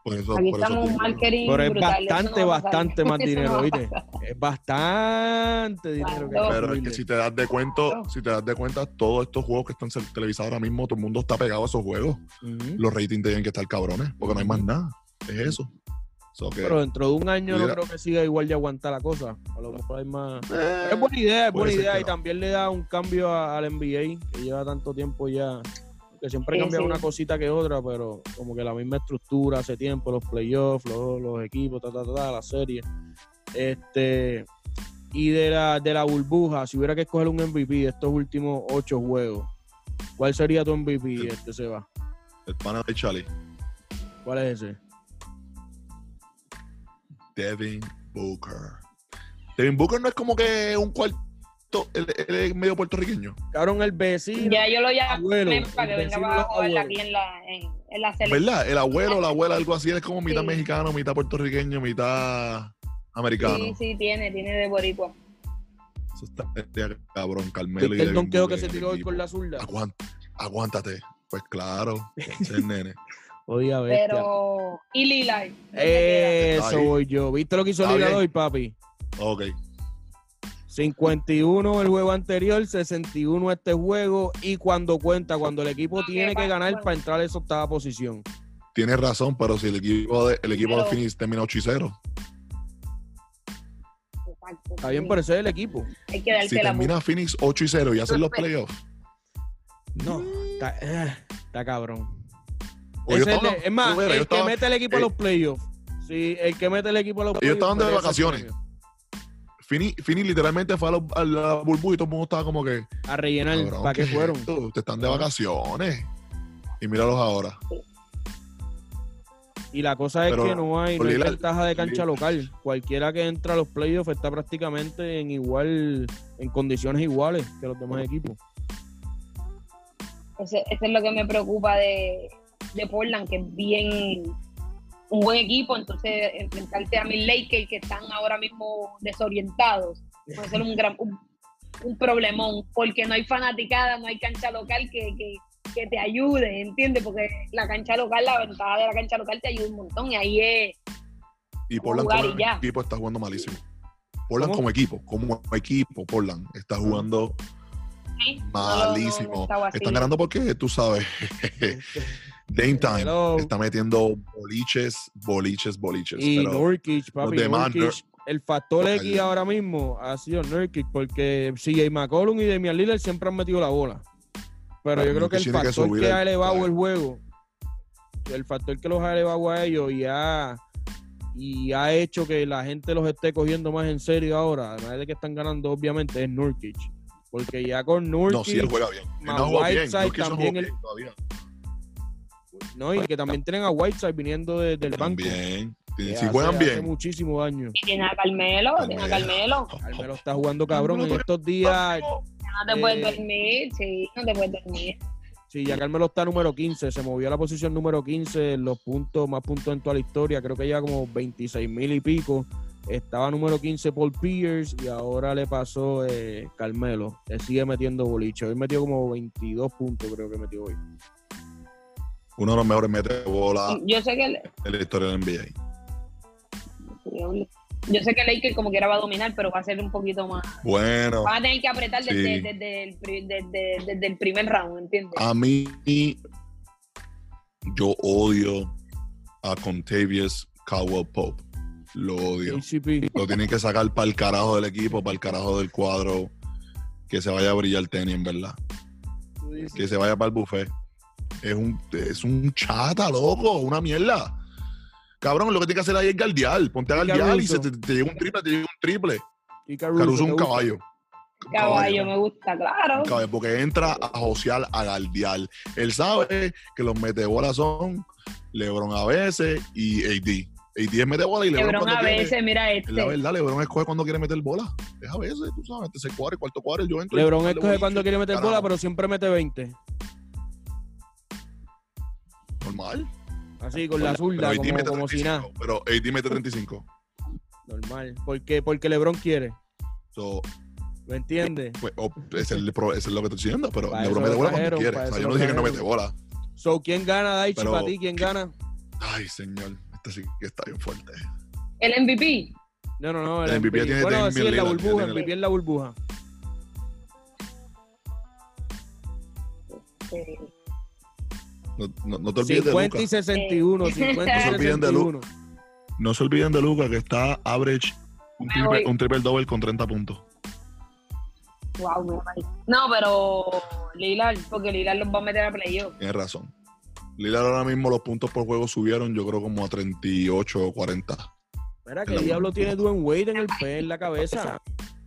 Speaker 3: Por eso,
Speaker 2: Aquí
Speaker 3: por eso
Speaker 2: estamos un
Speaker 3: estoy-
Speaker 2: marketing
Speaker 1: Pero es
Speaker 2: brutal, eso
Speaker 1: bastante,
Speaker 2: no va a pasar.
Speaker 1: bastante más
Speaker 2: <laughs> Eso no
Speaker 1: dinero,
Speaker 2: va a
Speaker 1: ¿viste?
Speaker 2: pasar.
Speaker 1: Es bastante dinero que
Speaker 2: Claro.
Speaker 3: Pero es que
Speaker 1: incluye.
Speaker 3: si te das de cuenta, si te das de cuenta, todos estos juegos que están se- televisados ahora mismo, todo el mundo está pegado a esos juegos.
Speaker 1: Ujú.
Speaker 3: Los ratings tienen que estar cabrones, porque no hay más nada. Es eso. So que-
Speaker 1: Pero dentro de un año no
Speaker 3: Pudiera-
Speaker 1: creo que siga igual de aguantar la cosa. A lo mejor hay más.
Speaker 3: Eh,
Speaker 1: Es buena idea, es
Speaker 3: puede
Speaker 1: buena
Speaker 3: ser
Speaker 1: idea.
Speaker 3: que
Speaker 1: Y
Speaker 3: no.
Speaker 1: también le da un cambio a- al NBA, que lleva tanto tiempo ya. Que siempre
Speaker 2: Sí,
Speaker 1: cambia
Speaker 2: sí.
Speaker 1: una cosita que otra, pero como que la misma estructura hace tiempo, los playoffs, los, los equipos, ta, ta, ta, ta, la serie. Este. Y de la, de la burbuja, si hubiera que escoger un MVP de estos últimos ocho juegos, ¿cuál sería tu MVP, este se va?
Speaker 3: el pana de Charlie,
Speaker 1: ¿Cuál es ese?
Speaker 3: Devin Booker. Devin Booker no es como que un cuarto, él, él es medio puertorriqueño.
Speaker 1: Cabrón, el vecino.
Speaker 2: Ya yo lo llamé
Speaker 1: Abuelo,
Speaker 2: para que
Speaker 1: el
Speaker 2: venga
Speaker 1: vecino
Speaker 2: para jugar
Speaker 1: abuelo.
Speaker 2: aquí en la, en, en la selección.
Speaker 3: ¿Verdad? El abuelo, la abuela, algo así, él es como mitad
Speaker 2: Sí.
Speaker 3: mexicano, mitad puertorriqueño, mitad americano.
Speaker 2: Sí, sí, tiene, tiene de boricua.
Speaker 3: Eso está estaría cabrón, Carmelo. y
Speaker 1: ¿Viste el
Speaker 3: Devin
Speaker 1: donqueo que
Speaker 3: Booker
Speaker 1: se
Speaker 3: en el
Speaker 1: tiró hoy
Speaker 3: equipo?
Speaker 1: con la zurda?
Speaker 3: Aguant- aguántate. Pues
Speaker 1: <laughs>
Speaker 3: claro, ese es nene.
Speaker 1: Odia, bestia.
Speaker 2: Pero. Y Lila.
Speaker 1: Eh,
Speaker 3: Está
Speaker 1: Eso
Speaker 3: ahí.
Speaker 1: voy yo. ¿Viste lo que hizo
Speaker 3: Está
Speaker 1: Lila
Speaker 3: bien.
Speaker 1: hoy, papi?
Speaker 3: Ok.
Speaker 1: 51 el juego anterior, 61 este juego y cuando cuenta, cuando el equipo
Speaker 2: Ok,
Speaker 1: tiene que
Speaker 2: va,
Speaker 1: ganar
Speaker 2: bueno.
Speaker 1: para entrar a esa octava posición.
Speaker 3: Tienes razón, pero si el equipo de, el equipo de
Speaker 2: Pero-
Speaker 3: Phoenix termina 8 y 0.
Speaker 1: Está bien, pero ese es el equipo.
Speaker 2: Hay que darte
Speaker 3: Si
Speaker 2: la
Speaker 3: termina Phoenix 8 y 0 y hacen los playoffs.
Speaker 2: Mm.
Speaker 1: No, está, eh, está cabrón.
Speaker 3: O
Speaker 1: Ese
Speaker 3: ellos
Speaker 1: es, el-
Speaker 3: estaban-
Speaker 1: es más,
Speaker 3: tú eres,
Speaker 1: el
Speaker 3: ellos
Speaker 1: que
Speaker 3: estaban-
Speaker 1: mete el equipo a los playoffs. Sí, el que mete el equipo a los playoffs.
Speaker 3: eh, estaban de
Speaker 1: merece
Speaker 3: vacaciones.
Speaker 1: premio.
Speaker 3: Fini, Fini literalmente fue a, los- a la burbuja y todo el mundo estaba como que.
Speaker 1: A rellenar.
Speaker 3: cabrón,
Speaker 1: ¿Para qué
Speaker 3: es
Speaker 1: fueron?
Speaker 3: esto? Ustedes están de vacaciones. Y míralos ahora.
Speaker 1: Y la cosa es
Speaker 3: Pero
Speaker 1: que no hay, no hay
Speaker 3: Lillard-
Speaker 1: ventaja de cancha
Speaker 3: Lillard-
Speaker 1: local. Cualquiera que entra a los playoffs está prácticamente en igual, en condiciones iguales que los demás equipos.
Speaker 2: Ese, ese es lo que me preocupa de, de Portland, que es bien un buen equipo, entonces enfrentarte a mis Lakers que están ahora mismo desorientados puede ser un gran un, un problemón, porque no hay fanaticada, no hay cancha local que, que, que te ayude, ¿entiendes? Porque la cancha local, la ventaja de la cancha local te ayuda un montón y ahí es
Speaker 3: Y Portland
Speaker 2: jugar y
Speaker 3: como
Speaker 2: ya.
Speaker 3: equipo está jugando malísimo. Portland
Speaker 1: ¿Cómo?
Speaker 3: como equipo, como equipo, Portland está jugando
Speaker 2: ¿sí? No, no, no, no
Speaker 3: malísimo.
Speaker 2: estaba así.
Speaker 3: Están ganando porque
Speaker 1: <laughs>
Speaker 3: tú sabes. Dame time
Speaker 1: Hello.
Speaker 3: está metiendo boliches, boliches, boliches.
Speaker 1: Y
Speaker 3: pero
Speaker 1: Nurkic, papi,
Speaker 3: los demás,
Speaker 1: Nurkic, el factor
Speaker 3: Ay,
Speaker 1: X
Speaker 3: Dios.
Speaker 1: ahora mismo ha sido Nurkic, porque CJ McCollum y Damian Lillard siempre han metido la bola. Pero yo
Speaker 3: Pero
Speaker 1: creo que el
Speaker 3: Nurkic tiene que
Speaker 1: factor que,
Speaker 3: subir
Speaker 1: ha
Speaker 3: el-
Speaker 1: elevado
Speaker 3: la-
Speaker 1: el juego, el factor que los ha elevado a ellos y ha, y ha hecho que la gente los esté cogiendo más en serio ahora, además de que están ganando, obviamente, es Nurkic. Porque ya con Nurkic...
Speaker 3: no, sí, él juega bien. Él
Speaker 1: más
Speaker 3: no juega bien.
Speaker 1: Whiteside
Speaker 3: Nurkic no jugó
Speaker 1: también
Speaker 3: bien
Speaker 1: el-
Speaker 3: todavía.
Speaker 1: No, y que también tienen a Whiteside viniendo de- del banco.
Speaker 3: También. Sí,
Speaker 1: que
Speaker 3: Si
Speaker 1: hace-
Speaker 3: juegan
Speaker 1: Hace
Speaker 3: bien.
Speaker 1: muchísimo daño.
Speaker 2: Y tiene a Carmelo, tiene a Carmelo.
Speaker 1: Carmelo está jugando cabrón. En estos días
Speaker 2: No te
Speaker 1: Eh,
Speaker 2: puedes dormir, sí, no te puedes dormir.
Speaker 1: Sí, ya Carmelo está número 15, se movió a la posición número 15, en los puntos, más puntos en toda la historia, creo que lleva como 26 mil y pico. Estaba número 15 Paul Pierce y ahora le pasó eh, Carmelo, que sigue metiendo boliche. Hoy metió como 22 puntos, creo que metió hoy.
Speaker 3: Uno de los Ah. mejores mete bola
Speaker 2: Yo sé que
Speaker 3: de la historia del NBA.
Speaker 2: el- Yo sé que Lakers como quiera va a dominar, pero va a ser un poquito más.
Speaker 3: Bueno,
Speaker 2: Van a tener que apretar
Speaker 3: Sí.
Speaker 2: desde, desde el, pri- desde- desde el primer round, ¿entiendes?
Speaker 3: a mí yo odio a Contavious Cowell Pope. Lo odio.
Speaker 1: KCP.
Speaker 3: Lo tienen que sacar para el carajo del equipo, para el carajo del cuadro. Que se vaya a brillar tenis, en verdad.
Speaker 1: tú dices.
Speaker 3: que se vaya para el buffet. Es un, es un chata, loco, una mierda. Cabrón, lo que tienes que hacer ahí es galdear. Ponte a
Speaker 1: Y
Speaker 3: galdear y
Speaker 1: Caruso.
Speaker 3: se te, te llega un triple, te llega un triple.
Speaker 1: Y Caruso,
Speaker 3: Caruso es
Speaker 1: ¿te
Speaker 3: un
Speaker 1: gusta?
Speaker 3: caballo. Un
Speaker 2: Caballo, me gusta, claro.
Speaker 3: Un caballo, porque entra a josear, a galdear. Él sabe que los metebolas son LeBron a veces y AD. AD es metebola y LeBron,
Speaker 2: Lebron
Speaker 3: cuando
Speaker 2: a
Speaker 3: quiere.
Speaker 2: veces, mira
Speaker 3: Es la
Speaker 2: este.
Speaker 3: verdad, LeBron escoge cuando quiere meter bola. Es a veces, tú sabes, tercer cuadro, cuarto cuadro, yo entro. y
Speaker 1: LeBron
Speaker 3: darle
Speaker 1: escoge
Speaker 3: boliche,
Speaker 1: cuando quiere meter
Speaker 3: carajo.
Speaker 1: bola, pero siempre mete 20.
Speaker 3: Normal.
Speaker 1: Así, con la
Speaker 3: Pero
Speaker 1: zurda,
Speaker 3: AD
Speaker 1: como,
Speaker 3: mete
Speaker 1: como si nada.
Speaker 3: 35, Pero AD mete 35.
Speaker 1: Normal. ¿Por qué? Porque LeBron quiere.
Speaker 3: So,
Speaker 1: ¿Me entiendes?
Speaker 3: Pues, o- es, el pro- es lo que estoy diciendo, pero
Speaker 1: Para
Speaker 3: LeBron
Speaker 1: eso
Speaker 3: mete
Speaker 1: lo
Speaker 3: bola cuando
Speaker 1: trajeron,
Speaker 3: quiere.
Speaker 1: para
Speaker 3: O sea,
Speaker 1: eso
Speaker 3: yo no
Speaker 1: lo
Speaker 3: dije que no mete
Speaker 1: trajeron.
Speaker 3: bola.
Speaker 1: So, ¿quién gana, Daichi,
Speaker 3: Pero-
Speaker 1: para ti? ¿Quién gana?
Speaker 3: Ay, señor, este sí que está bien fuerte.
Speaker 2: El MVP.
Speaker 1: No, no, no.
Speaker 3: El MVP tiene-
Speaker 1: bueno,
Speaker 3: tiene
Speaker 1: sí,
Speaker 3: mil
Speaker 1: en la
Speaker 3: ligas,
Speaker 1: burbuja.
Speaker 3: tiene
Speaker 1: MVP en la burbuja.
Speaker 2: eh,
Speaker 3: No, no- no te olvides de
Speaker 1: 50
Speaker 3: Luca.
Speaker 1: y 61.
Speaker 2: Eh.
Speaker 1: 50
Speaker 2: No
Speaker 1: y
Speaker 2: se
Speaker 3: olviden de
Speaker 1: 61.
Speaker 3: Lu- No se olviden de Luca, que está average un
Speaker 2: Me
Speaker 3: triple,
Speaker 2: voy.
Speaker 3: un triple double con 30 puntos.
Speaker 2: Wow, mi madre. No, pero Lillard, porque Lillard los va a meter a playoff.
Speaker 3: Tienes razón. Lillard ahora mismo los puntos por juego subieron, yo creo, como a 38 o 40.
Speaker 1: Mira,
Speaker 3: En
Speaker 1: que
Speaker 3: la
Speaker 1: diablo
Speaker 3: burbuja.
Speaker 1: tiene Dwayne Wade en el pez, en la cabeza.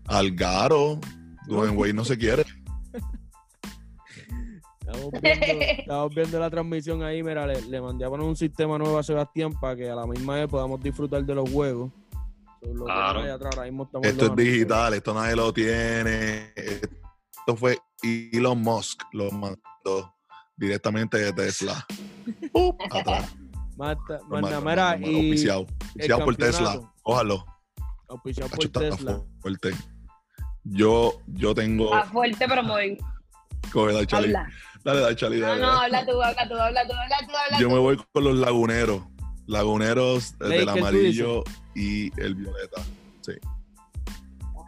Speaker 3: Algaro, Dwayne Wade no se quiere.
Speaker 1: Estamos viendo, estamos viendo la transmisión ahí. Mira, le, le mandé a poner un sistema nuevo a Sebastián para que a la misma vez podamos disfrutar de los juegos. So, lo que
Speaker 4: Claro.
Speaker 1: hay atrás, ahora mismo estamos
Speaker 3: Esto es
Speaker 1: en los-
Speaker 3: digital, esto nadie lo tiene. Esto fue Elon Musk, lo mandó directamente
Speaker 1: <laughs>
Speaker 3: de Tesla. ¡Pup! Atrás.
Speaker 1: Marta,
Speaker 3: Normal,
Speaker 1: Marta,
Speaker 3: normal,
Speaker 1: mira,
Speaker 3: normal.
Speaker 1: y
Speaker 3: Auspiciado. Auspiciado por Tesla.
Speaker 1: campeonato.
Speaker 3: Ojalá.
Speaker 1: auspiciado por
Speaker 3: Hacho, está
Speaker 1: Tesla. Ah.
Speaker 3: fuerte. Yo, yo tengo.
Speaker 2: Está Ah, fuerte, pero me voy.
Speaker 3: Coge, dale, Chali.
Speaker 2: Habla.
Speaker 3: Dale, dale, Chali.
Speaker 2: No,
Speaker 3: dale,
Speaker 2: no,
Speaker 3: dale.
Speaker 2: habla tú, habla tú, habla tú, habla tú, habla
Speaker 3: Yo
Speaker 2: tú.
Speaker 3: me voy con los laguneros. Laguneros eh,
Speaker 1: Lakers,
Speaker 3: del
Speaker 1: tú
Speaker 3: amarillo y el violeta.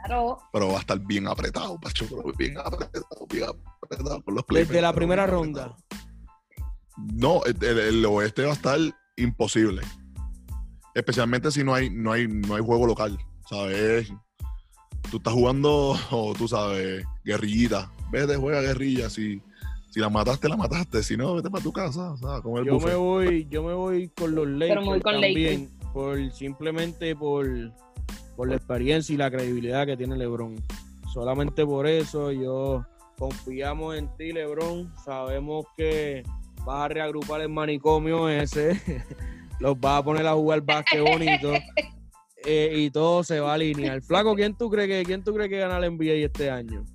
Speaker 2: Claro.
Speaker 3: Pero va a estar bien apretado, Pacho. pero Bien apretado, bien apretado con los Clippers,
Speaker 1: Desde la
Speaker 3: pero
Speaker 1: primera
Speaker 3: bien
Speaker 1: ronda.
Speaker 3: apretado. No, el, el- el oeste va a estar imposible. Especialmente si no hay, no hay, no hay juego local. ¿Sabes? Tú estás jugando, <laughs> o tú sabes, guerrillita. Vete, juega guerrilla. Si, si la mataste, la mataste. Si no, vete para tu casa. O sea, come el
Speaker 1: Yo me
Speaker 3: buffet.
Speaker 1: voy, yo me voy con los Lakers
Speaker 2: me voy con
Speaker 1: también, por simplemente por, por la experiencia y la credibilidad que tiene LeBron. Solamente por eso yo confiamos en ti, LeBron. Sabemos que vas a reagrupar el manicomio ese, <laughs> los vas a poner a jugar básquet
Speaker 2: <laughs>
Speaker 1: bonito. eh, y todo se va a alinear. Flaco, ¿quién tú crees que quién tú crees que gana el NBA este año?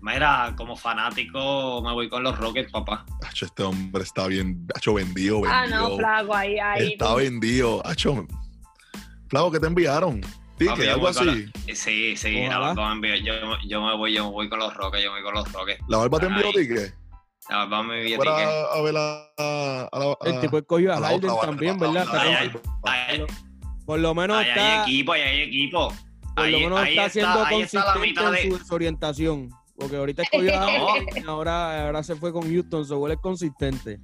Speaker 4: Mira, como fanático me voy con los Rockets, papá.
Speaker 3: Acho, este hombre está bien. Hacho, vendido, vendido.
Speaker 2: Ah, no, flaco, ahí, ahí.
Speaker 3: está vendido. Hacho, Flavo, ¿qué te enviaron?
Speaker 4: Papi,
Speaker 3: Tique,
Speaker 4: yo
Speaker 3: algo
Speaker 4: voy con
Speaker 3: así.
Speaker 4: Eh, Sí, sí,
Speaker 1: Ojalá.
Speaker 4: la barba me envió. Yo, yo me voy, yo me voy con los Rockets, yo me voy con los Rockets.
Speaker 3: La barba te envió,
Speaker 4: Ay,
Speaker 3: Tique.
Speaker 4: La barba me envió
Speaker 3: Fuera
Speaker 4: ticket.
Speaker 3: a ver a, a, la- a-
Speaker 1: El tipo escogió a
Speaker 3: Ah, a la
Speaker 1: Harden
Speaker 3: otra barba,
Speaker 1: también,
Speaker 3: a la
Speaker 1: ¿verdad?
Speaker 3: otra
Speaker 4: Ay,
Speaker 3: barba.
Speaker 4: Ahí,
Speaker 1: Por lo menos
Speaker 4: ahí
Speaker 1: está
Speaker 4: hay equipo, ahí hay equipo.
Speaker 1: Por
Speaker 4: Ahí,
Speaker 1: lo menos
Speaker 4: ahí
Speaker 1: está, siendo
Speaker 4: ahí está la
Speaker 1: consistente en
Speaker 4: mitad de.
Speaker 1: su desorientación. Porque ahorita escogió a
Speaker 4: No.
Speaker 1: Harden, ahora, ahora se fue con Houston, so él es consistente.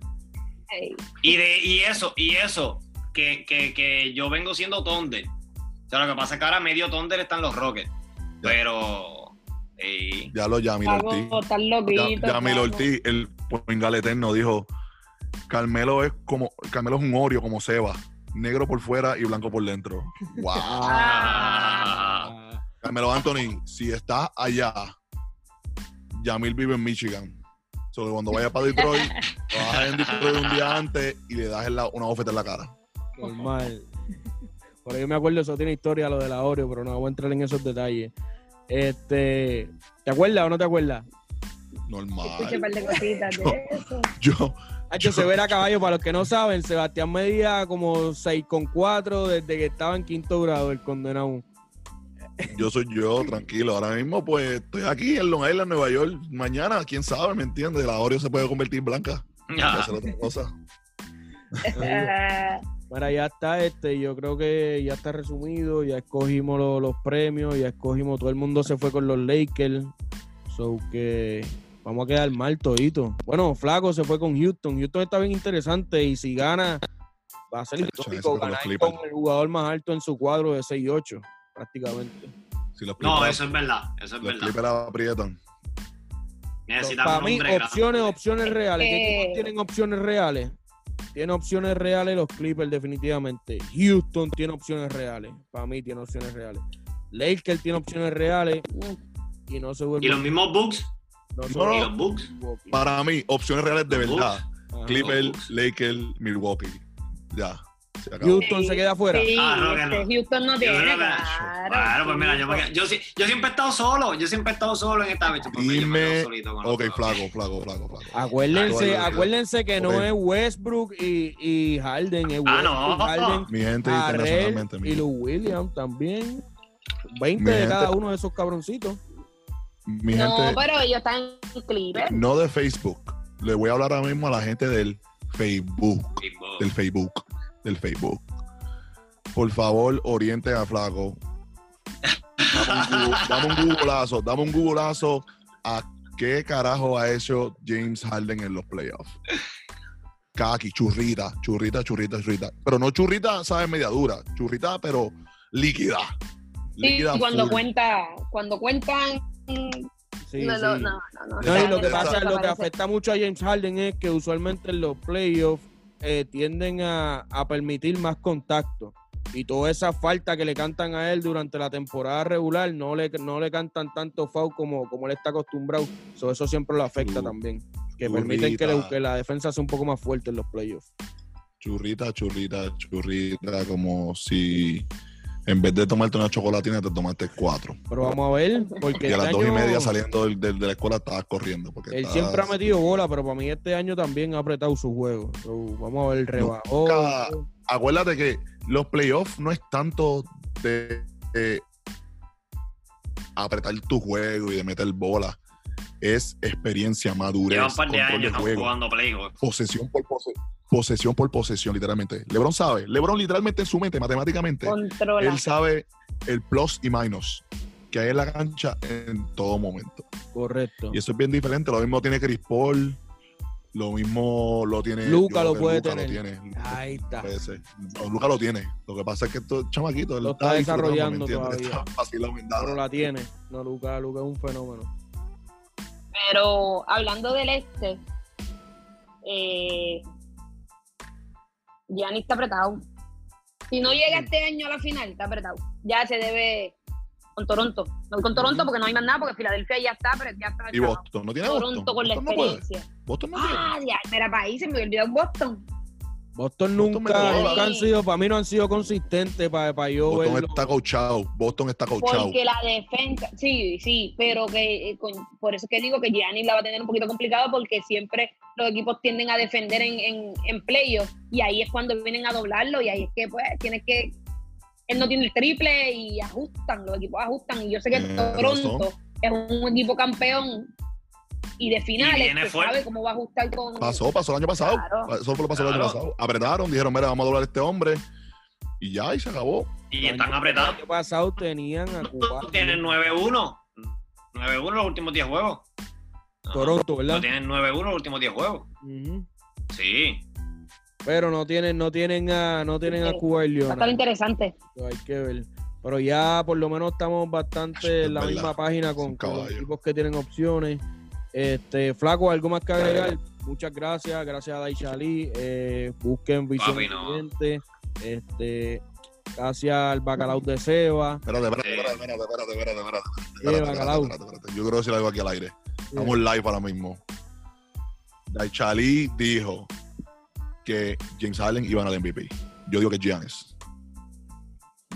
Speaker 2: Ey,
Speaker 4: Y, de, y eso, y eso, que, que, que yo vengo siendo Thunder. O sea, lo que pasa es que ahora medio Thunder están los Rockets. Pero. eh,
Speaker 3: Ya lo Yamil Ortiz.
Speaker 2: Flaco, estás
Speaker 3: Ya,
Speaker 2: loquito.
Speaker 3: Yamil
Speaker 2: flaco.
Speaker 3: Ortiz, el Poingal Eterno, dijo: Carmelo es como Carmelo es un Oreo como Seba. Negro por fuera y blanco por dentro.
Speaker 1: <laughs>
Speaker 3: Wow.
Speaker 2: Ah.
Speaker 3: Carmelo Anthony, si está allá, Yamil vive en Michigan. Solo cuando vaya para Detroit, vas en Detroit un día antes y le das en la- una bofeta en la cara.
Speaker 1: Normal. Por ahí yo me acuerdo, eso tiene historia, lo de la Oreo, pero no voy a entrar en esos detalles. Este, ¿Te acuerdas o no te acuerdas?
Speaker 2: Escuché un
Speaker 3: Normal.
Speaker 2: par de cositas
Speaker 3: <laughs>
Speaker 2: de eso.
Speaker 3: Yo,
Speaker 1: Hay que se ver a caballo, para los que no saben, Sebastián medía como 6,4 desde que estaba en quinto grado, el condenado.
Speaker 3: Yo soy yo, tranquilo. Ahora mismo, pues, estoy aquí en Long Island, Nueva York. Mañana, quién sabe, ¿me
Speaker 4: Ah.
Speaker 3: entiendes? La Oreo se puede convertir en blanca. Puede ser otra cosa.
Speaker 1: Amigo.
Speaker 2: Ah,
Speaker 1: Bueno, ya está, este, yo creo que ya está resumido, ya escogimos lo- los premios, ya escogimos, todo el mundo se fue con los Lakers, so que vamos a quedar mal todito. Bueno, Flaco se fue con Houston, Houston está bien interesante y si gana va a ser
Speaker 3: Chacho, eso
Speaker 1: histórico
Speaker 3: con los
Speaker 1: ganar con
Speaker 3: Clippers.
Speaker 1: el jugador más alto en su cuadro de 6-8, prácticamente.
Speaker 3: Si los
Speaker 4: No,
Speaker 3: Clippers-
Speaker 4: eso es verdad, eso es
Speaker 3: los
Speaker 4: verdad.
Speaker 3: Clippers aprietan.
Speaker 4: Necesitamos
Speaker 1: Para
Speaker 4: un
Speaker 1: mí,
Speaker 4: hombre grande.
Speaker 1: opciones, opciones reales. ¿Qué
Speaker 2: Eh.
Speaker 1: equipos tienen opciones reales? Tiene opciones reales los Clippers, definitivamente. Houston tiene opciones reales. Para mí tiene opciones reales. Lakers tiene opciones reales y no se vuelve.
Speaker 4: Y los mismos Bucks,
Speaker 1: no se
Speaker 3: No,
Speaker 1: vuelve
Speaker 4: y los Bucks.
Speaker 1: Milwaukee.
Speaker 3: Para mí, opciones reales de
Speaker 4: Los
Speaker 3: verdad.
Speaker 1: Ajá.
Speaker 4: Los
Speaker 3: Clippers, Lakers, Milwaukee. Ya. Se acabó.
Speaker 1: Houston se queda afuera.
Speaker 2: Sí,
Speaker 4: Ah, no, que
Speaker 2: este,
Speaker 4: no.
Speaker 2: Houston no
Speaker 4: Yo
Speaker 2: tiene,
Speaker 4: creo que-
Speaker 2: claro.
Speaker 4: Claro, pues mira, yo, me
Speaker 2: Houston.
Speaker 4: quedo- yo, sí- yo siempre he estado solo, yo siempre he estado solo en esta vez. Pues, yo me quedo
Speaker 3: Dime-
Speaker 4: solito con los
Speaker 3: Ok,
Speaker 4: Bucks.
Speaker 3: flaco, flaco, flaco, flaco.
Speaker 1: Acuérdense,
Speaker 3: Ah,
Speaker 1: acuérdense que no
Speaker 3: ok.
Speaker 1: es Westbrook y, y Harden, es
Speaker 4: Ah,
Speaker 1: Westbrook,
Speaker 4: no.
Speaker 1: Harden,
Speaker 3: Mi gente
Speaker 1: Harrell
Speaker 3: internacionalmente.
Speaker 1: y
Speaker 3: Mi,
Speaker 1: Lou Williams también. 20
Speaker 3: Mi
Speaker 1: de
Speaker 3: gente-
Speaker 1: cada uno de esos cabroncitos.
Speaker 3: mi
Speaker 2: No, pues,
Speaker 3: gente,
Speaker 2: pero ellos están en Clippers.
Speaker 3: no de Facebook. Le voy a hablar ahora mismo a la gente del Facebook.
Speaker 4: Y Bucks.
Speaker 3: del Facebook, del Facebook. Por favor, orienten a Flaco. Dame un, gu- dame un googleazo, dame un googleazo a qué carajo ha hecho James Harden en los playoffs. Kaki, churrita, churrita, churrita, churrita. Pero no churrita, ¿sabes? Media dura. Churrita, pero líquida.
Speaker 2: Sí,
Speaker 3: Líquida
Speaker 2: cuando
Speaker 3: full.
Speaker 2: cuenta, cuando cuentan,
Speaker 1: Sí,
Speaker 2: no, no,
Speaker 1: sí.
Speaker 2: no, no, no,
Speaker 1: No, y lo que
Speaker 2: desaparece,
Speaker 1: pasa, lo que
Speaker 2: desaparece.
Speaker 1: afecta mucho a James Harden es que usualmente en los playoffs eh, tienden a, a permitir más contacto. Y toda esa falta que le cantan a él durante la temporada regular, no le, no le cantan tanto foul como, como él está acostumbrado. So, eso siempre lo afecta
Speaker 3: Tú-
Speaker 1: también. Que
Speaker 3: tú
Speaker 1: permiten que, le-
Speaker 3: grita.
Speaker 1: que la defensa sea un poco más fuerte en los playoffs.
Speaker 3: Churrita, churrita, churrita, como si en vez de tomarte una chocolatina te tomaste cuatro.
Speaker 1: Pero vamos a ver, porque
Speaker 3: Y
Speaker 1: este
Speaker 3: a las dos y
Speaker 1: año
Speaker 3: media saliendo del- del- de la escuela estabas corriendo. Porque
Speaker 1: él
Speaker 3: estabas-
Speaker 1: siempre ha metido bola, pero para mí este año también ha apretado su juego. So, vamos a ver, rebajó.
Speaker 3: Nunca- Acuérdate que los playoffs no es tanto de, de apretar tu juego y de meter bola. Es experiencia, madurez,
Speaker 4: Lleva un par de
Speaker 3: control
Speaker 4: años
Speaker 3: de juego,
Speaker 4: jugando Playboy.
Speaker 3: posesión por posesión. Posesión por posesión, literalmente. Lebron sabe. Lebron literalmente en su mente, matemáticamente,
Speaker 2: Controla.
Speaker 3: él sabe el plus y minus que hay en la cancha en todo momento.
Speaker 1: Correcto.
Speaker 3: Y eso es bien diferente. Lo mismo tiene Chris Paul. Lo mismo lo tiene.
Speaker 1: Luka
Speaker 3: yo creo
Speaker 1: lo
Speaker 3: que
Speaker 1: puede
Speaker 3: Luka
Speaker 1: tener.
Speaker 3: Lo tiene.
Speaker 1: Ahí está.
Speaker 3: Puede ser. No, Luka lo tiene. Lo que pasa es que estos chamaquitos. él
Speaker 1: Lo está
Speaker 3: disfrutando,
Speaker 1: desarrollando
Speaker 3: ¿me entiendes?
Speaker 1: todavía.
Speaker 3: Está vacilando en nada.
Speaker 1: Pero la tiene. No, Luca, Luca es un fenómeno.
Speaker 2: Pero hablando del este, eh, Gianni está apretado. Si no llega este año a la final, está apretado. Ya se debe con Toronto. No voy con Toronto porque no hay más nada, porque Filadelfia ya está, pero ya está.
Speaker 3: Y Boston. No tiene
Speaker 2: Toronto
Speaker 3: Boston.
Speaker 2: con la
Speaker 3: Boston no puede.
Speaker 2: experiencia.
Speaker 3: Boston no tiene.
Speaker 2: ah, ya, mira, para ahí se me olvidó Boston.
Speaker 1: Boston
Speaker 3: Boston
Speaker 1: nunca,
Speaker 3: me
Speaker 1: nunca
Speaker 2: mola.
Speaker 1: han sido, para mí no han sido consistentes para, para yo
Speaker 3: Boston
Speaker 1: verlo.
Speaker 3: está coachado. Boston está coachado.
Speaker 2: Porque la defensa, sí, sí, pero que eh, con- por eso es que digo que Gianni la va a tener un poquito complicado porque siempre los equipos tienden a defender en, en, en playoff y ahí es cuando vienen a doblarlo y ahí es que pues tienes que, él no tiene el triple y ajustan, los equipos ajustan y yo sé que
Speaker 3: Tienes
Speaker 2: Toronto
Speaker 3: razón.
Speaker 2: es un equipo campeón y de finales
Speaker 4: viene
Speaker 2: que
Speaker 4: fuerte.
Speaker 2: sabe cómo va a ajustar con...
Speaker 3: Pasó, pasó el año pasado.
Speaker 2: Claro.
Speaker 3: Eso fue lo que pasó el año
Speaker 4: Claro.
Speaker 3: pasado. Apretaron, dijeron, mira, vamos a doblar a este hombre. Y ya, y se acabó.
Speaker 4: Y
Speaker 1: El
Speaker 4: están
Speaker 1: año-
Speaker 4: apretados.
Speaker 1: El año pasado tenían a Cuba.
Speaker 4: Tienen 9-1. 9-1 los últimos 10 juegos. No,
Speaker 1: Toronto, ¿verdad?
Speaker 4: no tienen 9-1 los últimos 10 juegos.
Speaker 1: Ujú.
Speaker 4: Sí.
Speaker 1: Pero no tienen, no tienen a, no tienen a Cuba y
Speaker 2: Va a estar
Speaker 1: Leonard.
Speaker 2: interesante.
Speaker 1: So, Hay que ver. Pero ya por lo menos estamos bastante
Speaker 3: Es
Speaker 1: en la
Speaker 3: verdad.
Speaker 1: misma página
Speaker 3: Es
Speaker 1: con,
Speaker 3: un
Speaker 1: con los
Speaker 3: caballo.
Speaker 1: equipos que tienen opciones. Este, Flaco, ¿algo más que
Speaker 3: Eh.
Speaker 1: agregar? Muchas gracias, gracias a Daisha Lee. Eh, busquen Visión
Speaker 4: Papi, no.
Speaker 1: Cliente. Este, gracias al Bacalao de Seba.
Speaker 3: Espérate, espérate,
Speaker 4: Sí.
Speaker 3: espérate, espérate, espérate, espérate, espérate.
Speaker 1: Eh,
Speaker 3: Espérate, espérate,
Speaker 1: Bacalao.
Speaker 3: espérate, espérate. Yo quiero decir algo aquí al aire. Estamos
Speaker 1: Eh,
Speaker 3: live ahora mismo. Daichali dijo que James Allen iba a ganar el MVP. Yo digo que Giannis.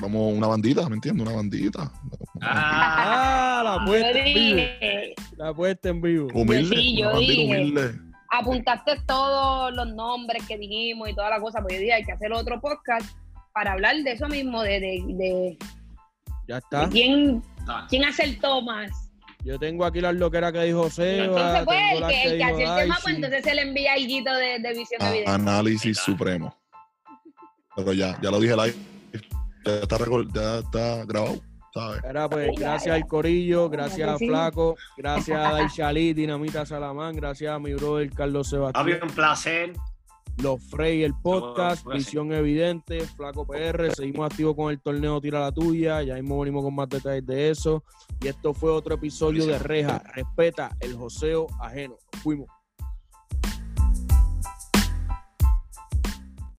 Speaker 3: Vamos, una bandita, ¿me entiendes? Una bandita.
Speaker 4: Ah,
Speaker 1: Ah, la
Speaker 2: Yo
Speaker 1: apuesta en vivo.
Speaker 2: dije,
Speaker 1: La apuesta en vivo.
Speaker 2: Yo
Speaker 3: Humilde.
Speaker 2: sí, yo
Speaker 3: una bandita
Speaker 2: dije.
Speaker 3: humilde.
Speaker 2: apuntaste todos los nombres que dijimos y toda la cosa, porque hoy día hay que hacer otro podcast para hablar de eso mismo, de, de, de-
Speaker 1: Ya está.
Speaker 2: de quién,
Speaker 4: está.
Speaker 2: quién acertó más.
Speaker 1: Yo tengo aquí las loqueras que dijo
Speaker 2: Y
Speaker 1: Seba.
Speaker 2: entonces, pues,
Speaker 1: tengo
Speaker 2: el
Speaker 1: las
Speaker 2: que, el que
Speaker 1: dijo
Speaker 2: acierte más,
Speaker 1: Daisy.
Speaker 2: pues entonces se le envía el guito de, de visión de
Speaker 3: A-
Speaker 2: video.
Speaker 3: análisis supremo. Pero ya, ya lo dije live. Ya está, record- ya está grabado, ¿sabes?
Speaker 1: Era, pues,
Speaker 2: Ya,
Speaker 1: gracias
Speaker 2: ya.
Speaker 1: al Corillo, gracias
Speaker 2: que
Speaker 1: a
Speaker 2: sí.
Speaker 1: Flaco, gracias a Daishalí, Dinamita Salamán, gracias a mi brother Carlos
Speaker 4: Papi,
Speaker 1: Sebastián,
Speaker 4: un placer.
Speaker 1: Los Frey, el podcast,
Speaker 4: Bueno, gracias.
Speaker 1: Visión Evidente, Flaco PR, seguimos activos con el torneo Tira la Tuya, ya mismo venimos con más detalles de eso. Y esto fue otro episodio de Reja, respeta el joseo ajeno. Fuimos.